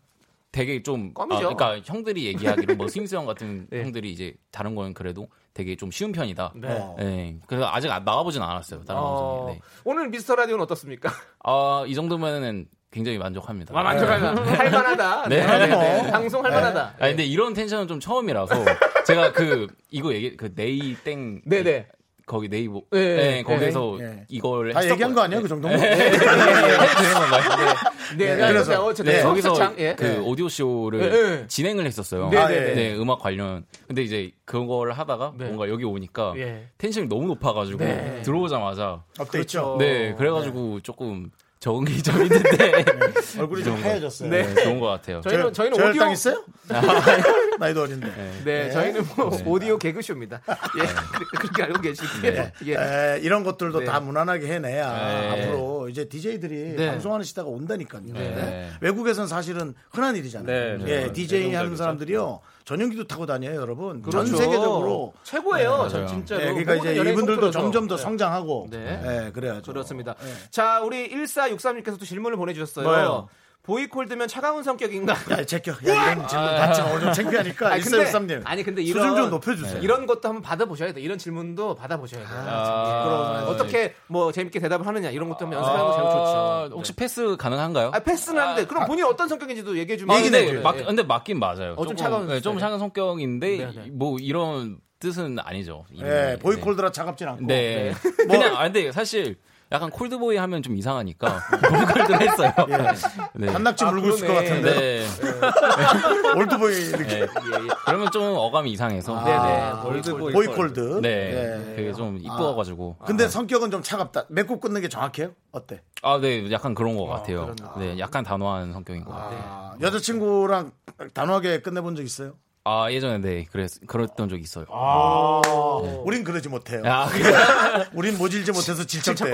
되게 좀 아,
껌이죠.
그러니까 형들이
(laughs)
얘기하기로 뭐 스윙스 형 같은
네.
형들이 이제 다른 거는 그래도 되게 좀 쉬운 편이다.
네.
어.
네. 그래서 아직 안- 나와보진 않았어요. 다른
어,
방송에. 네.
오늘 미스터 라디오는 어떻습니까?
아, 이 정도면은 굉장히 만족합니다.
아, 만족하다. (laughs) 할만하다. 네.
네.
네. 방송 할만하다.
아 근데 이런 텐션은
(laughs)
좀 처음이라서 제가 그 이거 얘기 그 네이 땡
네, 네.
거기 네이 뭐
네,
네,
네.
거기서
네.
이걸
다
했었거든요.
얘기한 거 아니에요? 그 정도면?
해도 되는 건가요?
네.
네, 그래서-
어쨌든
네,
거기서
거기서
장, 예.
그 오디오 쇼를
네, 네.
진행을 했었어요.
네,
네, 네.
네, 음악 관련. 근데 이제 그걸 하다가
네.
뭔가 여기 오니까
예.
텐션이 너무 높아가지고
네.
들어오자마자
업데이트.
네 그래가지고 조금 적응이 좀 있는데
얼굴이 좀
좋은 거-
하얘졌어요.
네, 좋은 것 같아요.
저희는- 저희는
저혈당
오디오-
있어요? (laughs) 나이도 어린데.
네,
네.
저희는 뭐
네.
오디오 개그쇼입니다. 예, (laughs) 그- 그렇게 알고 계시고요.
네.
예.
에, 이런 것들도
네.
다 무난하게 해내야 아,
네.
앞으로 이제 DJ들이
네.
방송하는 시대가 온다니까요.
네.
네. 외국에서는 사실은 흔한 일이잖아요.
네,
예,
정말
DJ 하는
대중적이죠.
사람들이요. 전용기도 타고 다녀요, 여러분.
그렇죠.
전 세계적으로.
최고예요.
네,
저
맞아요.
진짜로.
네, 그러니까
모든
이제
연예인
이분들도
콘서트에서.
점점 더
네.
성장하고.
네.
네, 그래야죠.
그렇습니다. 자, 우리 1463님께서 또 질문을 보내주셨어요.
뭐예요?
보이콜드면
(laughs)
차가운 성격인가?
야, 제껴. 야, 이런 질문 받지 마. 오늘 좀 창피하니까.
아. 아니, 근데-
1463님.
아니, 근데 이런. 네.
수준 좀 높여주세요.
이런 것도 한번 받아보셔야 돼. 이런 질문도 받아보셔야 돼.
아,
어떻게 뭐 재밌게 대답을 하느냐 이런 것도 한번 연습하는 거 제일
아,
좋죠. 네.
혹시 패스 가능한가요?
아, 패스는 하는데 그럼 본인 이 어떤 성격인지도 얘기해 주면
아, 근데,
네.
막, 근데 맞긴 맞아요.
어, 좀 차가운
네, 좀
스타일이에요?
차가운 성격인데
네, 네.
뭐 이런 뜻은 아니죠. 이름이.
예, 보이콜드라 차갑진 않고.
네. 네. 그냥 아 (laughs) 근데 사실 약간 콜드보이 하면 좀 이상하니까 보이콜드를 했어요. 네.
한낙지 물고 있을 것
아, 그러네. 네.
같은데.
네.
올드보이 이렇게.
네. 그러면 좀 어감이 이상해서
아,
올드보이
보이콜드.
네.
예.
그게 좀 이뻐가지고.
근데
아.
성격은 좀 차갑다. 맺고 끊는 게 정확해요? 어때?
아, 네, 약간 그런 것 같아요. 네, 약간 단호한 성격인 것 같아요.
아,
네.
여자친구랑 단호하게 끝내본 적 있어요?
아, 예전에 네, 그랬 그랬던 적 있어요.
어.
우린 그러지 못해요.
아,
우린 모질지 못해서 질척대.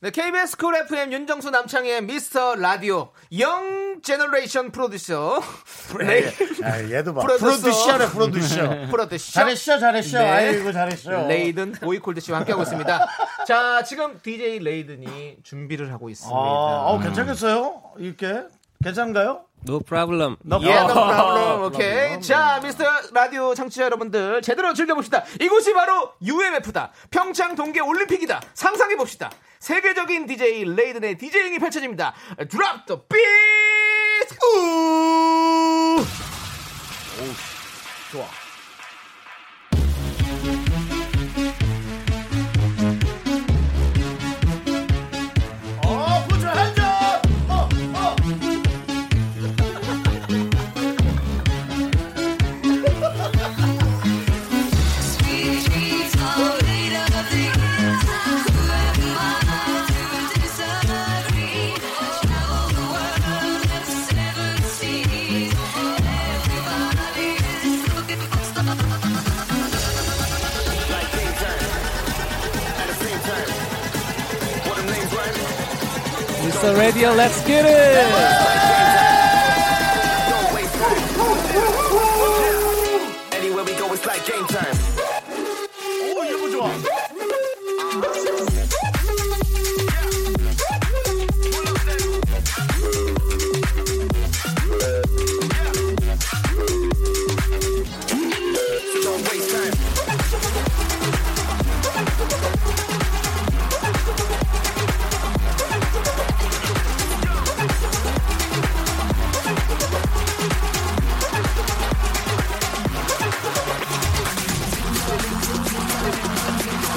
네, KBS 쿨 FM 윤정수 남창희의 미스터 라디오 영 제너레이션 프로듀서 예. 레이
아, 얘도 봐.
네. 프로듀서.
프로듀셔네,
(laughs)
프로듀셔.
프로듀서
잘했어, 잘했어.
네.
아이고, 잘했어.
레이든 보이콜드 씨와 함께하고 (laughs) 있습니다. 자, 지금 DJ 레이든이 준비를 하고
아,
있습니다.
어, 괜찮겠어요? 이렇게? 괜찮은가요? 어.
No problem.
나
예,
봐.
no
(laughs)
problem. 오케이. 자,
네.
미스터 라디오 청취자 여러분들, 제대로 즐겨봅시다. 이곳이 바로 UMF다. 평창 동계 올림픽이다. 상상해봅시다. 세계적인 DJ 레이든의 DJing이 펼쳐집니다. Drop the beat! 우!
어, 부자 한 점! 어, 어.
Mr. Radio, let's get it.
오, 이런 거 좋아. 어,
넌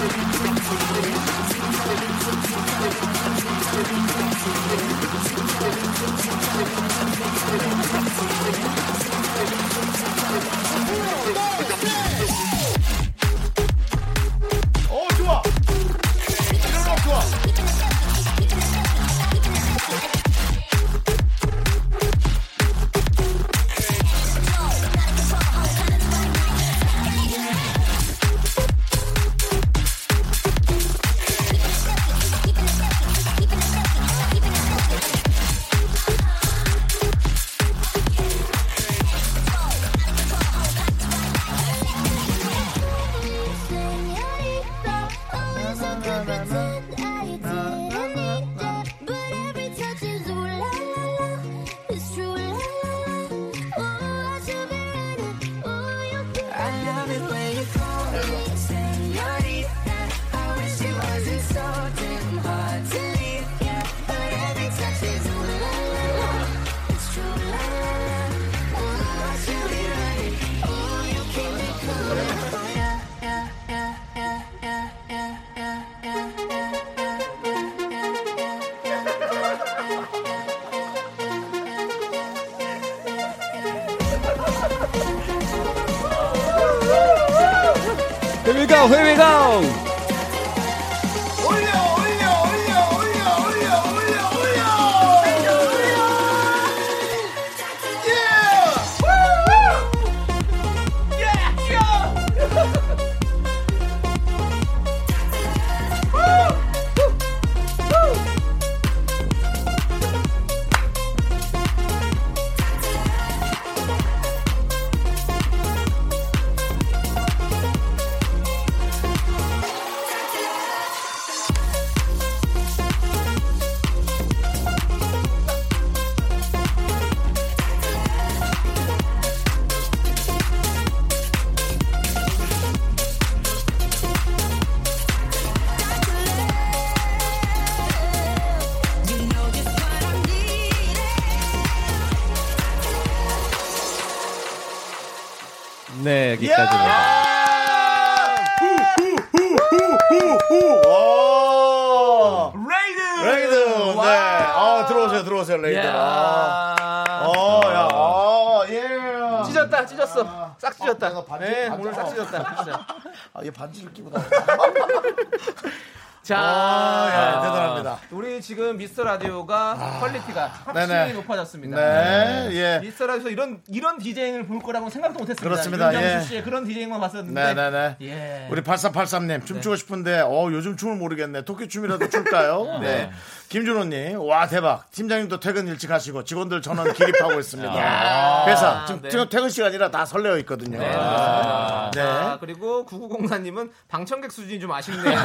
Oh,
here we go.
네, 여기까지입니다.
레이드! 레이드! 네. 아, 들어오세요, 들어오세요, 레이드. 아. 어, 야,
아.
어, 예.
찢었다, 찢었어. 싹 찢었다. 네,
반지-
오늘 싹
아, 어.
찢었다. 진짜.
아, 얘 반지를 끼고 나.
자,
아, 예, 대단합니다.
우리 지금 미스터 라디오가 퀄리티가 확실히
아, 네네.
높아졌습니다.
네, 예.
미스터 라디오에서 이런 이런 디제잉을 볼 거라고 생각도 못했습니다.
그렇습니다,
윤정수
예.
씨의 그런 디제잉만 봤었는데.
네네네.
예.
우리 8483님, 춤추고 싶은데, 어, 요즘 춤을 모르겠네. 토끼춤이라도
(laughs)
출까요? 네. 김준호님, 와, 대박. 팀장님도 퇴근 일찍 하시고, 직원들 전원 기립하고 있습니다.
(laughs) 야.
회사. 지금,
네.
지금 퇴근 시간이라 다 설레어 있거든요.
네,
아.
그렇습니다.
네.
자, 그리고 9904님은 방청객 수준이 좀 아쉽네요.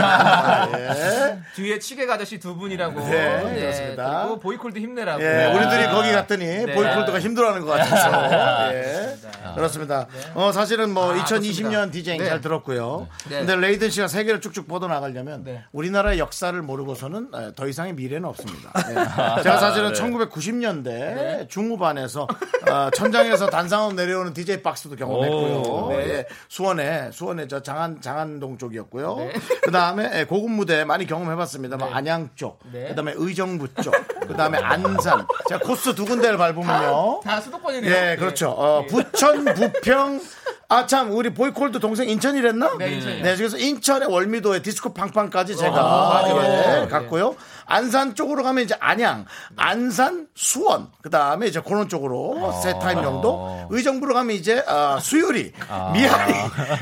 (laughs) 예.
뒤에 치계가 아저씨 두 분이라고. 예.
네, 그렇습니다.
그리고 보이콜드 힘내라고. 네,
예, 우리들이 거기 갔더니 보이콜드가 힘들어하는 것 같아서. 예. 그렇습니다. 어, 사실은 뭐
네. 아,
2020년
그렇습니다.
디제잉
네.
잘 들었고요.
네.
근데 레이든 씨가 세계를 쭉쭉 뻗어 나가려면
네.
우리나라의 역사를 모르고서는 에, 더 이상의 미래는
(laughs)
없습니다. 예.
아,
제가 사실은
네.
1990년대
네.
중후반에서 어, 천장에서 단상으로 내려오는 DJ 박스도
오,
경험했고요.
네.
예, 수원에 수원에 저 장안 장안동 쪽이었고요.
네.
그 다음에 고급 무대 많이 경험해봤습니다. 뭐 안양 쪽,
네.
그 다음에 의정부 쪽, 그 다음에 안산. 제가 코스 두 군데를 밟으면요.
다 수도권이네요.
예, 그렇죠. 어,
(laughs)
부천, 부평. 아, 참, 우리 보이콜드 동생 인천이랬나?
네, 인천이요.
그래서 인천의 월미도에 디스코 팡팡까지 제가
아,
예,
네.
갔고요. 안산 쪽으로 가면 이제 안양, 안산, 수원. 그 다음에 이제 그런 쪽으로
아.
세 타임 정도. 의정부로 가면 이제 아, 수유리,
(laughs)
미아리,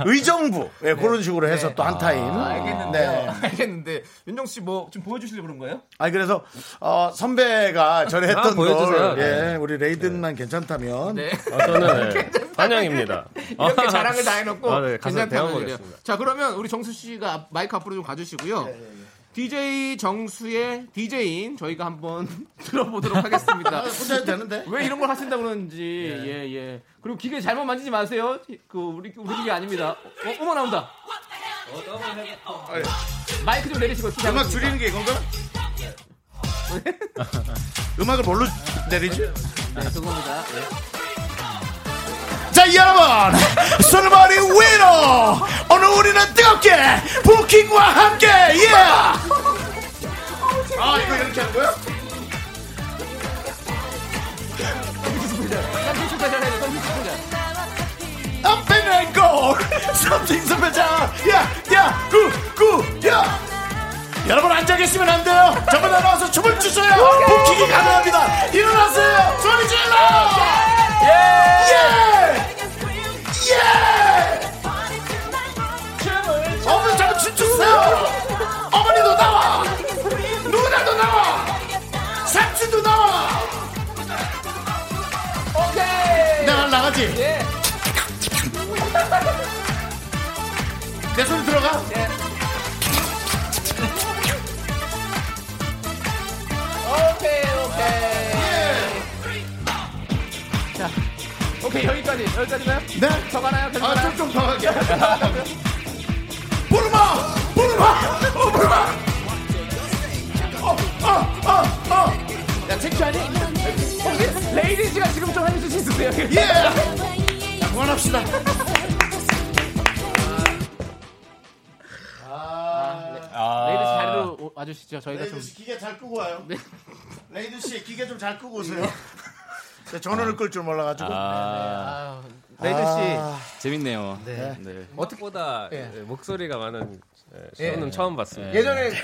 의정부. 예, 그런 식으로 해서 또 한 타임.
네. 아, 알겠는데.
네.
알겠는데. 윤정수 씨 뭐 좀 보여주시려고
(laughs)
그런 거예요?
아니 그래서 어, 선배가 전에
아,
했던
보여주세요.
걸 예, 우리 레이든만 괜찮다면
네.
아,
(laughs)
저는 환영입니다.
이렇게 자랑을 다 해놓고
아, 네, 가서
괜찮다고요.
배워보겠습니다.
자 그러면 우리 정수 씨가 앞- 마이크 앞으로 좀
예,
가주시고요. DJ 정수의 DJ인 저희가 한번 (laughs) 들어보도록 하겠습니다.
혼자 해도 되는데.
왜 이런 걸 하신다 그러는지 예예. 그리고 기계 잘못 만지지 마세요. 그 우리 우리 기계 아닙니다. 어, 어머 나온다. 마이크 좀 내리시고
음악 줄이는 게 이건가? (laughs) 음악을 뭘로 내리지?
네, 그겁니다. 예.
자 여러분 소노바리 위로 오늘 우리는 뜨겁게 부킹과 함께 예! 아 이거 이렇게 하는 거야? I'm finna go something s 야야 구구야 여러분 앉아 계시면 안 돼요 저보다 나와서 춤을 추셔야 부킹이 가능합니다 일어나세요 소리 질러 예! 예! 어머니 잠깐 춤추세요 어머니도 나와 누나도 나와 삼촌도 나와
오케이.
내가 나가지
예.
내 소리 들어가
오케이 오케이.
예.
자 오케이 여기까지 여기까지나요?
네.
더 가나요? 계속 가나요?
아좀좀더 하게 부르마 부르마 어 부르마
야, 섹시하니? 혹시 레이디즈가 지금 좀 해줄 수 있으세요?
예 자, 그만합시다
레이디즈 자리로 오- 와주시죠. 저희가 좀.
레이드 씨 기계 잘 끄고 와요. (laughs) 네,
아.
레이드 씨 기계 좀 잘 끄고 오세요. 제가 전원을 끌 줄 몰라가지고.
아, 레이든 씨.
재밌네요.
네.
어떻게보다 예. 목소리가 많은
예.
쇼는 처음 봤습니다.
예전에 이제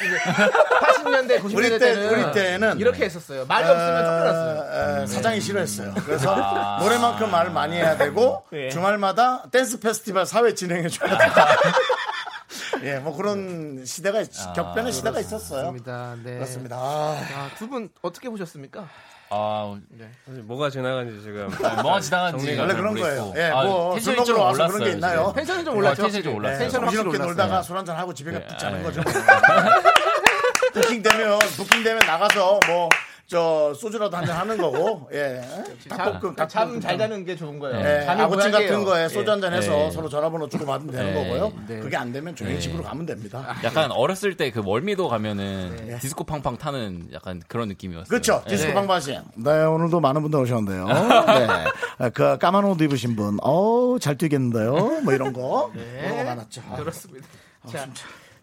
80년대, 90년대
우리 때
때는
우리 때는
이렇게 했었어요. 말이 없으면 쫓겨났어요.
에, 사장이 싫어했어요. 그래서
아.
노래만큼 말을 많이 해야 되고
예.
주말마다 댄스 페스티벌 사회 진행해 줘야 된다. (laughs) 예, 뭐 그런 시대가 있- 격변의 시대가 있었어요.
그렇습니다. 네.
그렇습니다. 아.
두 분 어떻게 보셨습니까?
아,
사실 뭐가 지나가는지 지금
뭐가 지나가는지
정리가
원래
잘
네.
그런
모르겠고.
거예요. 예,
아,
뭐술
텐션이
먹으러
좀
와서
올랐어요,
그런 게
지금.
있나요?
텐션은 네, 좀 네. 올랐죠.
아, 텐션이 좀 올랐어요.
텐션
텐션은
확실히
확실히 올랐어요.
놀다가 술 한잔 하고 집에 가 붙자는
예.
거죠. 뭐. (laughs) 부킹 되면 부킹 되면 나가서 뭐 저 소주라도 한잔 하는 거고. 예. 닭볶음 닭볶음.
잠잘 자는 게 좋은 거예요.
예,
잠이
아구찜 같은
보약이에요.
거에 소주
예.
한잔 해서
예.
서로 전화번호 주고 받으면 되는
예.
거고요.
네.
그게 안 되면 조용히
예.
집으로 가면 됩니다.
약간 어렸을 때 그 월미도 가면은 디스코 팡팡 타는 약간 그런 느낌이었어요.
그렇죠.
예.
디스코 방바시. 네, 오늘도 많은 분들 오셨는데요. 네. 아, 그 까만 옷 입으신 분, 어우, 잘 뛰겠는데요. 뭐 이런 거. 그런 거 많았죠. 아,
그렇습니다. 자,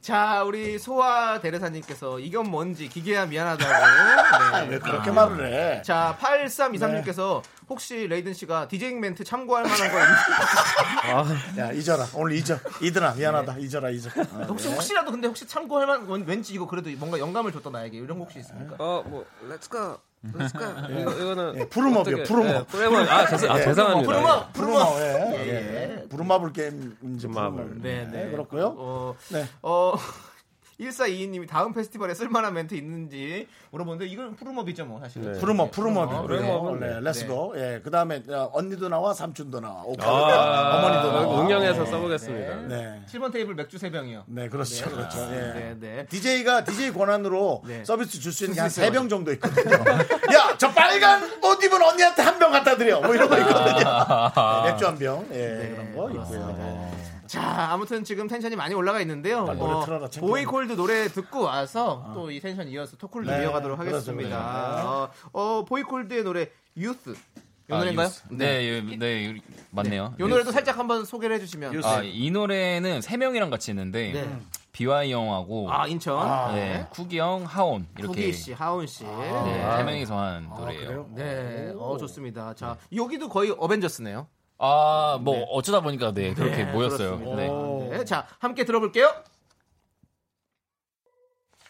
자, 우리 소아 대리사님께서 이건 뭔지
(laughs)
기계야 미안하다고. 네.
왜 그렇게 말을 해?
자, 8323님께서
네.
혹시 레이든 씨가 디제잉 멘트 참고할 만한
(laughs)
거
아,
있는지
야, 잊어라. 오늘 잊어. 이들아, 미안하다. 잊어라, 잊어. 아,
혹시
네.
혹시라도 근데 혹시 참고할 만한 건 왠지 이거 그래도 뭔가 영감을 줬다 나에게 이런 거 혹시 있습니까?
네.
어, 뭐 렛츠 고. 렛츠 고. (laughs) 이거 이거는
예, 부름업이요,
네,
부름업.
프레먼. 아, 죄송, 아,
예.
죄송합니다.
부르마 부르마
부름업, 예. 예. 부름마블 게임, 이제 부름마블.
네, 네.
그렇고요
어,
네.
어, (laughs) 1422님이 다음 페스티벌에 쓸만한 멘트 있는지 물어보는데 이건 푸름업이죠 뭐 사실은.
푸름업푸름업이
어,
요
푸름업.
네,
네.
렛츠고. 예, 그 다음에 언니도 나와, 삼촌도 나와, 오빠,
아,
어머니도 나와.
응용해서 써보겠습니다.
네.
7번 테이블 맥주 3병이요.
네, 그렇죠. 그렇죠. 예.
네, 네.
DJ가 DJ 권한으로
네.
서비스 줄 수 있는 게 한
줄수 있어요.
3병 정도 있거든요. (laughs) 야, 저 빨간 옷 입은 언니한테 한 병 갖다 드려. 뭐 이런 거 있거든요.
아.
네, 맥주 한 병. 예, 그런 거 있고요. 네.
자, 아무튼 지금 텐션이 많이 올라가 있는데요.
빨리 아, 노래 틀어라, 챔피언.
보이콜드 노래 듣고 와서 또 이 텐션 이어서 토크를
네, 그렇죠.
이어가도록 하겠습니다. 어, 어, 보이콜드의 노래 유스. 이
아,
노래인가요?
유스. 네, 네, 네, 맞네요.
이 노래도 살짝 한번 소개를 해주시면.
아, 이 노래는 세 명이랑 같이 했는데
네.
비와이 형하고
아, 인천.
네, 쿠기 형, 하온 이렇게
구기 씨, 하온 씨.
네,
아.
네.
세 명이서 한 노래예요.
그래요?
네, 어 좋습니다. 자, 여기도 거의 어벤져스네요.
아, 뭐 어쩌다 보니까 네 그렇게 모였어요.
그렇습니다.
네.
네, 자, 함께 들어볼게요.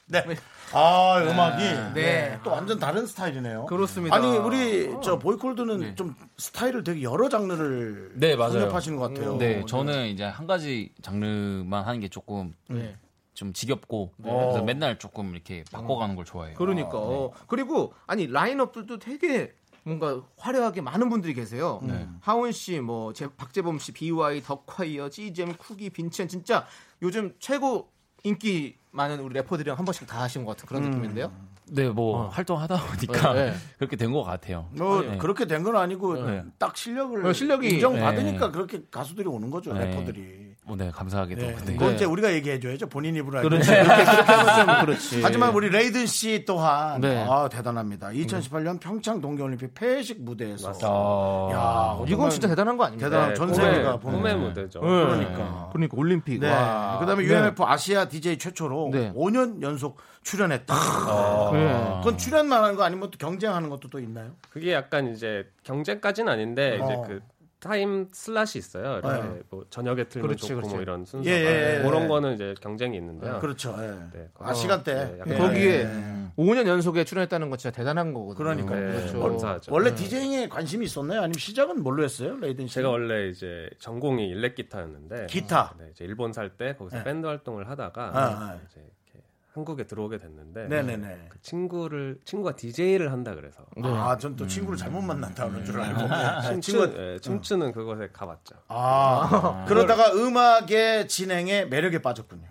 네. 아, 음악이.
네.
네. 또 완전 다른 스타일이네요.
그렇습니다. 네.
아니, 우리 저 보이콜드는 좀 스타일을 되게 여러 장르를
네, 맞아요.
접하시는 것
음,
같아요.
네, 저는 이제 한 가지 장르만 하는 게 조금
네.
좀 지겹고 그래서 맨날 조금 이렇게 바꿔가는 걸 좋아해요.
그러니까
네.
어, 그리고 아니 라인업들도 되게 뭔가 화려하게 많은 분들이 계세요.
음. 네.
하온 씨, 뭐 제- 박재범 씨, BY, 덕콰이어, GGM, 쿠기, 빈첸 진짜 요즘 최고 인기 많은 우리 래퍼들이랑 한 번씩 다 하신 것 같은
음.
그런 느낌인데요.
네, 뭐 활동하다 보니까
어. 네, 네.
(laughs) 그렇게 된 것 같아요.
뭐
네.
그렇게 된 건 아니고
네.
딱 실력을
어, 실력이-
인정받으니까
네.
그렇게 가수들이 오는 거죠
네.
래퍼들이.
뭐, 네, 감사하게도.
네.
근데
그건
네.
이제 우리가 얘기해줘야죠. 본인 입으로 알고.
그렇지.
있는.
그렇게 하면
(laughs)
좀 그렇지.
하지만 우리 레이든 씨 또한
네.
아, 대단합니다. 2018년 평창 동계올림픽 폐식 무대에서
아,
야,
이건 진짜 대단한 거 아닙니까?
대단한 전 세계가 보는
꿈의 무대죠.
그러니까.
그러니까 올림픽.
네.
와.
그다음에 UMF 아시아 DJ 최초로
네.
5년 연속 출연했다.
네.
그건 출연만 하는 거 아니면 또 경쟁하는 것도 또 있나요?
그게 약간 이제 경쟁까지는 아닌데 이제
어.
그 타임 슬롯이 있어요. 이렇게
네.
뭐 저녁에 틀면
그렇지,
좋고
그렇지.
뭐 이런 순서가
예, 예, 예.
그런 거는 이제 경쟁이 있는데요.
그렇죠. 예.
네.
아 시간대.
네,
예.
약간
거기에 5년 그 연속에 출연했다는 건 진짜 대단한 거거든요.
그러니까요.
네,
그렇죠.
감사하죠.
원래 디제잉에 관심이 있었나요? 아니면 시작은 뭘로 했어요? 레이든 씨.
제가 원래 이제 전공이 일렉 기타였는데
기타.
네, 이제 일본 살 때 거기서
네.
밴드 활동을 하다가
아,
이제 이렇게 한국에 들어오게 됐는데
네네네.
그 친구를 친구가 DJ를 한다 그래서
아, 전 또
음.
친구를 잘못 만난다 그런 줄 알고.
춤추,
아, 친구
예, 춤추는 그곳에 가봤죠.
아, 그러다가 음악의 진행에 매력에 빠졌군요.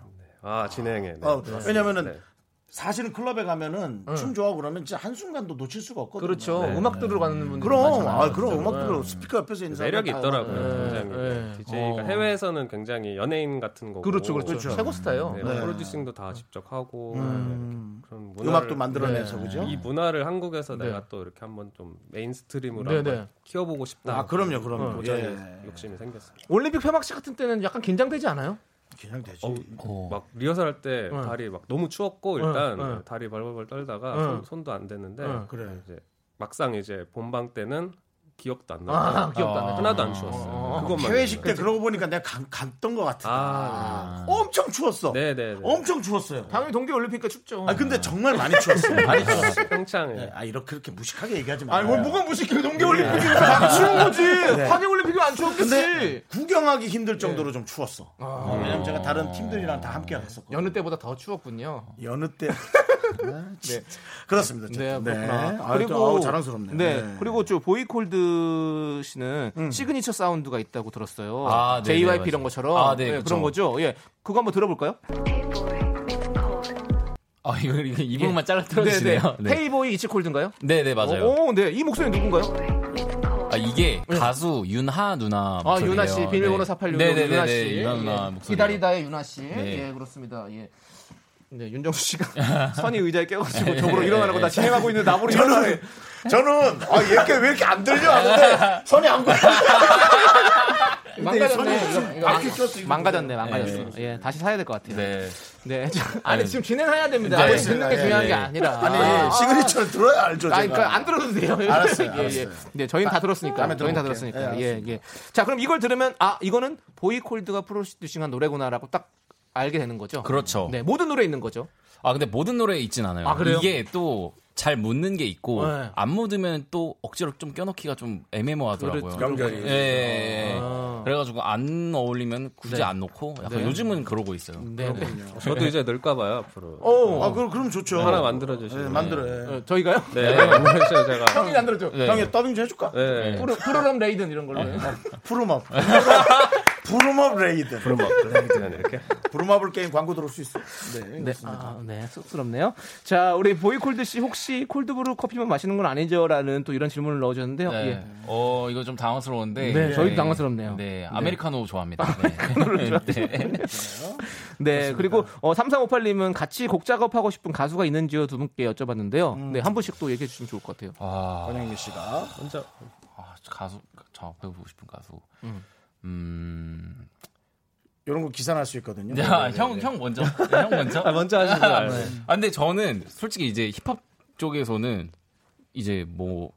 아 진행해. 네.
어,
네.
왜냐면은
네. 음.
사실은 클럽에 가면은 춤 좋아하고 그러면 진짜 한순간도 놓칠 수가 없거든요.
그렇죠. 음악 들어가는 그렇죠.
네.
분들.
그럼, 아, 그럼 음악들로
예.
스피커 옆에서 있는
그 매력이
사람들 다 예.
있더라고요. 굉장히
네.
DJ가
어.
해외에서는 굉장히 연예인 같은 거고.
그렇죠, 그렇죠. 최고 스타예요.
네,
네.
프로듀싱도 다 직접 하고
음.
네, 그런
음악. 음악도
문화를-
만들어내서 그죠?
이 문화를 한국에서
네.
내가 또 이렇게 한번 좀 메인스트림으로
네,
한번
네.
키워보고 싶다.
아, 그럼요, 그럼요.
도전의
예.
욕심이 생겼어요.
올림픽 폐막식 같은 때는 약간 긴장되지 않아요?
그냥 되지.
어.
막 리허설 할 때 다리 막 너무
어,
추웠고 일단
응, 응.
다리 벌벌벌 떨다가
응.
어.
손, 도안 되는데
응.
그래.
이제 막상 이제 본방 때는 기억도 안
아,
나고
기억도 안 나요.
하나도 안
음.
추웠어요. 그것만
해외식 때
기억나요.
그러고 보니까 내가 간- 갔던 것 같아.
아,
엄청 추웠어.
네네.
엄청 추웠어요.
당연히 동계 올림픽이니까 춥죠.
그 아 근데 정말 많이 추웠어요. 많이 추웠어요.
평창에.
아 이렇게 그렇게 무식하게 얘기하지 마.
아니 뭘 뭐가 무식해 동계올림픽이니까
네.
다 추운 거지 (laughs)
네.
한일올림픽이 안
근데
추웠겠지 아.
구경하기 힘들 정도로 좀 추웠어. 왜냐면 제가 다른 팀들이랑 다 함께 갔었거든요.
여느 때보다 더 추웠군요
여느 때 네, 그렇습니다.
네,
어쨌든.
그렇구나.
네. 아유, 또, 아우, 자랑스럽네요.
네, 음.
네.
그리고 저 보이콜드 씨는 시그니처 사운드가 있다고 들었어요.
아, 네,
JYP
네,
이런
맞아요.
것처럼
아, 네,
네,
그쵸.
그런 거죠. 예, 그거 한번 들어볼까요?
아 이거 이 부분만 잘라
네,
틀어주시네요.
네. 헤이보이 이치콜드인가요?
네, 네 맞아요.
오, 네, 이 목소리 누군가요?
아 이게 가수 윤하 누나
아,
목소리예요.
윤아 씨, 비밀번호 486
네. 네네네네,
윤아 씨,
윤하 누나
예.
목소리.
기다리다의 윤아 씨,
네.
예, 그렇습니다. 예. 네, 윤정수 씨가 선이 의자에 깨가지고 저으로
예,
일어나라고
예,
나
예.
진행하고 있는 나무로 일어나래.
저는 저는 아 얘께 왜 이렇게 안 들려 하는데 선이 안 걸려.
망가졌네. 이거
이렇게 꼈어, 이거.
망가졌네, 망가졌어. 예, 다시 사야 될 것 같아요.
네.
네. 저- 아니, 지금 진행해야 됩니다.
네.
뭐 듣는 게
네.
중요한
네.
게 아니라.
아니
아,
시그니처를 들어야 알죠.
아,
제가.
그러니까 안 들어도 돼요.
알았어요,
예, 예.
알았어요.
네, 저희는 다 들었으니까.
다음에
저희는 다
들어볼게요.
들었으니까.
예,
예, 예. 자, 그럼 이걸 들으면 아, 이거는 보이콜드가 프로듀싱한 노래구나라고 딱 알게 되는 거죠.
그렇죠.
네, 모든 노래 있는 거죠.
아 근데 모든 노래에 있진 않아요.
아, 그래요?
이게 또 잘 묻는 게 있고
네.
안 묻으면 또 억지로 좀 껴넣기가 좀 애매모하더라고요.
그렇죠. 연결이.
예, 예, 예.
아.
그래가지고 안 어울리면 굳이
네.
안 놓고 약간
네.
요즘은 그러고 있어요.
네. 네.
저도 이제 늘까 봐요 앞으로.
오.
아 그럼 그럼 좋죠.
하나 만들어 주시고.
네, 만들어요.
어, 저희가요?
네. 그래서 제가.
형이 안 들어줘.
네.
형이 더빙 좀 해줄까?
네.
프로, 프로그램 레이든 이런 걸로.
부름업. (laughs) 부름업 레이드.
부름업 레이드는 이렇게.
부름업을 게임 광고 들어올 수 있어. 네.
네,
그렇습니다.
아, 네, 쑥스럽네요. 자, 우리 보이콜드 씨 혹시 콜드브루 커피만 마시는 건 아니죠라는 또 이런 질문을 넣어주셨는데요.
네.
예.
어 이거 좀 당황스러운데.
네, 저희도 당황스럽네요.
네, 아메리카노 좋아합니다. 네. 네.
네, 그리고 어, 3358님은 같이 곡 작업하고 싶은 가수가 있는지요 두 분께 여쭤봤는데요. 네, 한 분씩 또 얘기해 주시면 좋을 것 같아요.
아,
권영기 씨가
혼자
아, 가수 저 배우고 싶은 가수. 음.
이런 거 기사 날 수 있거든요. 네,
야, 형, 형 먼저. 네, 형 먼저.
아, 먼저 하시고요. 네.
아, 근데 저는 솔직히 이제 힙합 쪽에서는 이제 뭐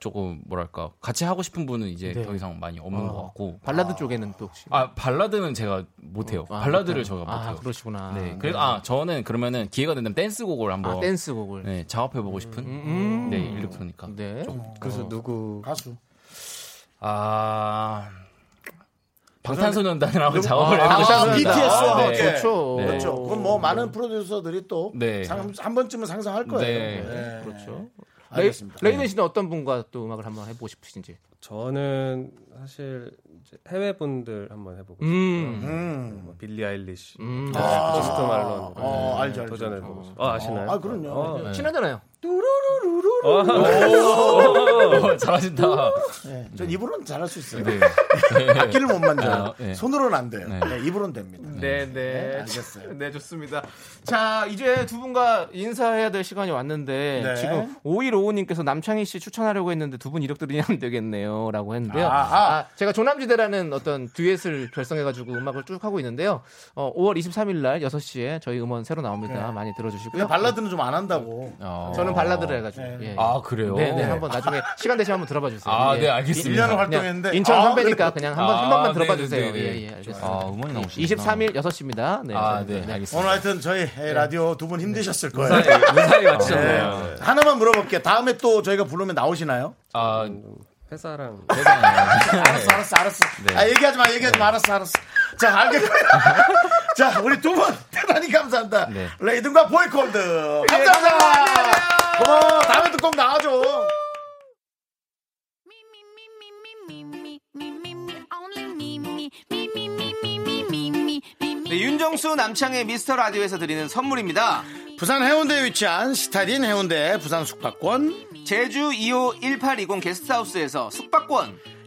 조금 뭐랄까 같이 하고 싶은 분은 이제 더 이상 많이 없는 것 같고
발라드 쪽에는 또 혹시?
아 발라드는 제가 못해요
아, 그렇구나.
발라드를 제가 못해요
아, 그러시구나.
네 그래서 아 저는 그러면은 기회가 된다면 댄스곡을 한번
아, 댄스곡을.
네 작업해보고 싶은
음.
네 일렉트로니까
네.
그래서 누구
어. 가수.
아 방탄소년단이라고 작업을
아,
해보고 싶습니다
BTS와
네.
함께. 그렇죠.
네.
그렇죠. 그건 뭐 많은 프로듀서들이 또
네.
상, 한 번쯤은 상상할 거예요.
네.
그렇죠.
알겠습니다.
레이든 씨는 어떤 분과 또 음악을 한번 해보고 싶으신지.
저는 사실 이제 해외 분들 한번 해보고 싶어요.
음.
음.
뭐 빌리 아일리시,
음.
저스트 말론
어, 알죠, 알죠.
도전해 보고 싶어요. 아, 아시나요?
아, 그럼요.
어, 네.
친하잖아요.
오, 어, 잘하신다
네. 전 입으로는 잘할 수 있어요.
네.
(laughs) 악기를 못 만져요.
아, 네.
손으로는 안 돼요.
네.
네, 입으로는 됩니다.
네, 네.
알겠어요.
네, 좋습니다. 자, 이제 두 분과 인사해야 될 시간이 왔는데
네.
지금 5155님께서 남창희 씨 추천하려고 했는데 두 분 이력 들으면 안 되겠네요라고 했는데요.
아, 아.
아, 제가 조남지대라는 어떤 듀엣을 결성해가지고 음악을 쭉 하고 있는데요. 어, 5월 23일 날 6시에 저희 음원 새로 나옵니다. 많이
근데
들어주시고요.
발라드는 좀 안 한다고.
어.
저는 발라드를 해가지고.
네.
예, 예.
아 그래요
네, 네, 한번 나중에 시간 되시면 한번 들어봐 주세요.
아,
예.
네,
일
알겠습니다.
1년을
그냥
활동했는데.
인천
아,
선배니까 그냥 한 번 한 번만
아,
들어봐
네,
주세요.
네, 네.
예, 예, 알겠습니다.
아, 음원이 나오시구나.
23일 6시입니다. 네.
아,
네.
네, 알겠습니다.
오늘 하여튼 저희 라디오 두 분 힘드셨을 거예요.
무사히 마치셨네요.
네. (laughs) 하나만 물어볼게요. 다음에 또 저희가 부르면 나오시나요?
아,
회사랑
알았어, 알았어, 알았어. 아, 얘기하지 마, 얘기하지 마. 알았어, 알았어. 자, 알겠고요. (laughs) 자, 우리 두 분 대단히 감사합니다.
네.
레이든과 보이콜드. 감사합니다. 고마워. 다음에 또 꼭 나와줘.
네, 윤정수 남창의 미스터 라디오에서 드리는 선물입니다.
부산 해운대에 위치한 시타딘 해운대 부산 숙박권.
제주 2호 1820 게스트하우스에서 숙박권,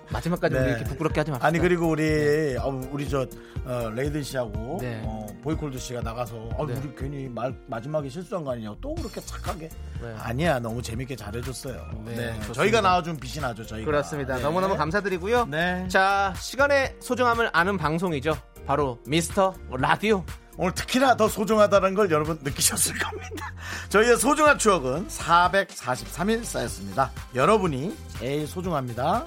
마지막까지 우리 이렇게 부끄럽게 하지 맙시다.
아니 그리고 우리 어, 우리 저 어, 레이든 씨하고
네.
어, 보이콜드 씨가 나가서 어,
네.
우리 괜히 말, 마지막에 실수한 거 아니냐고 또 그렇게 착하게
네.
아니야 너무 재밌게 잘해줬어요.
네,
네,
좋습니다.
저희가 나와준 빛이 나죠 저희가.
그렇습니다.
네.
너무너무 감사드리고요. 자, 시간의 소중함을 아는 방송이죠. 바로 미스터 라디오.
오늘 특히나 더 소중하다는 걸 여러분 느끼셨을 겁니다. (laughs) 저희의 소중한 추억은 443일 쌓였습니다. 여러분이 제일 소중합니다.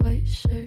White shirt,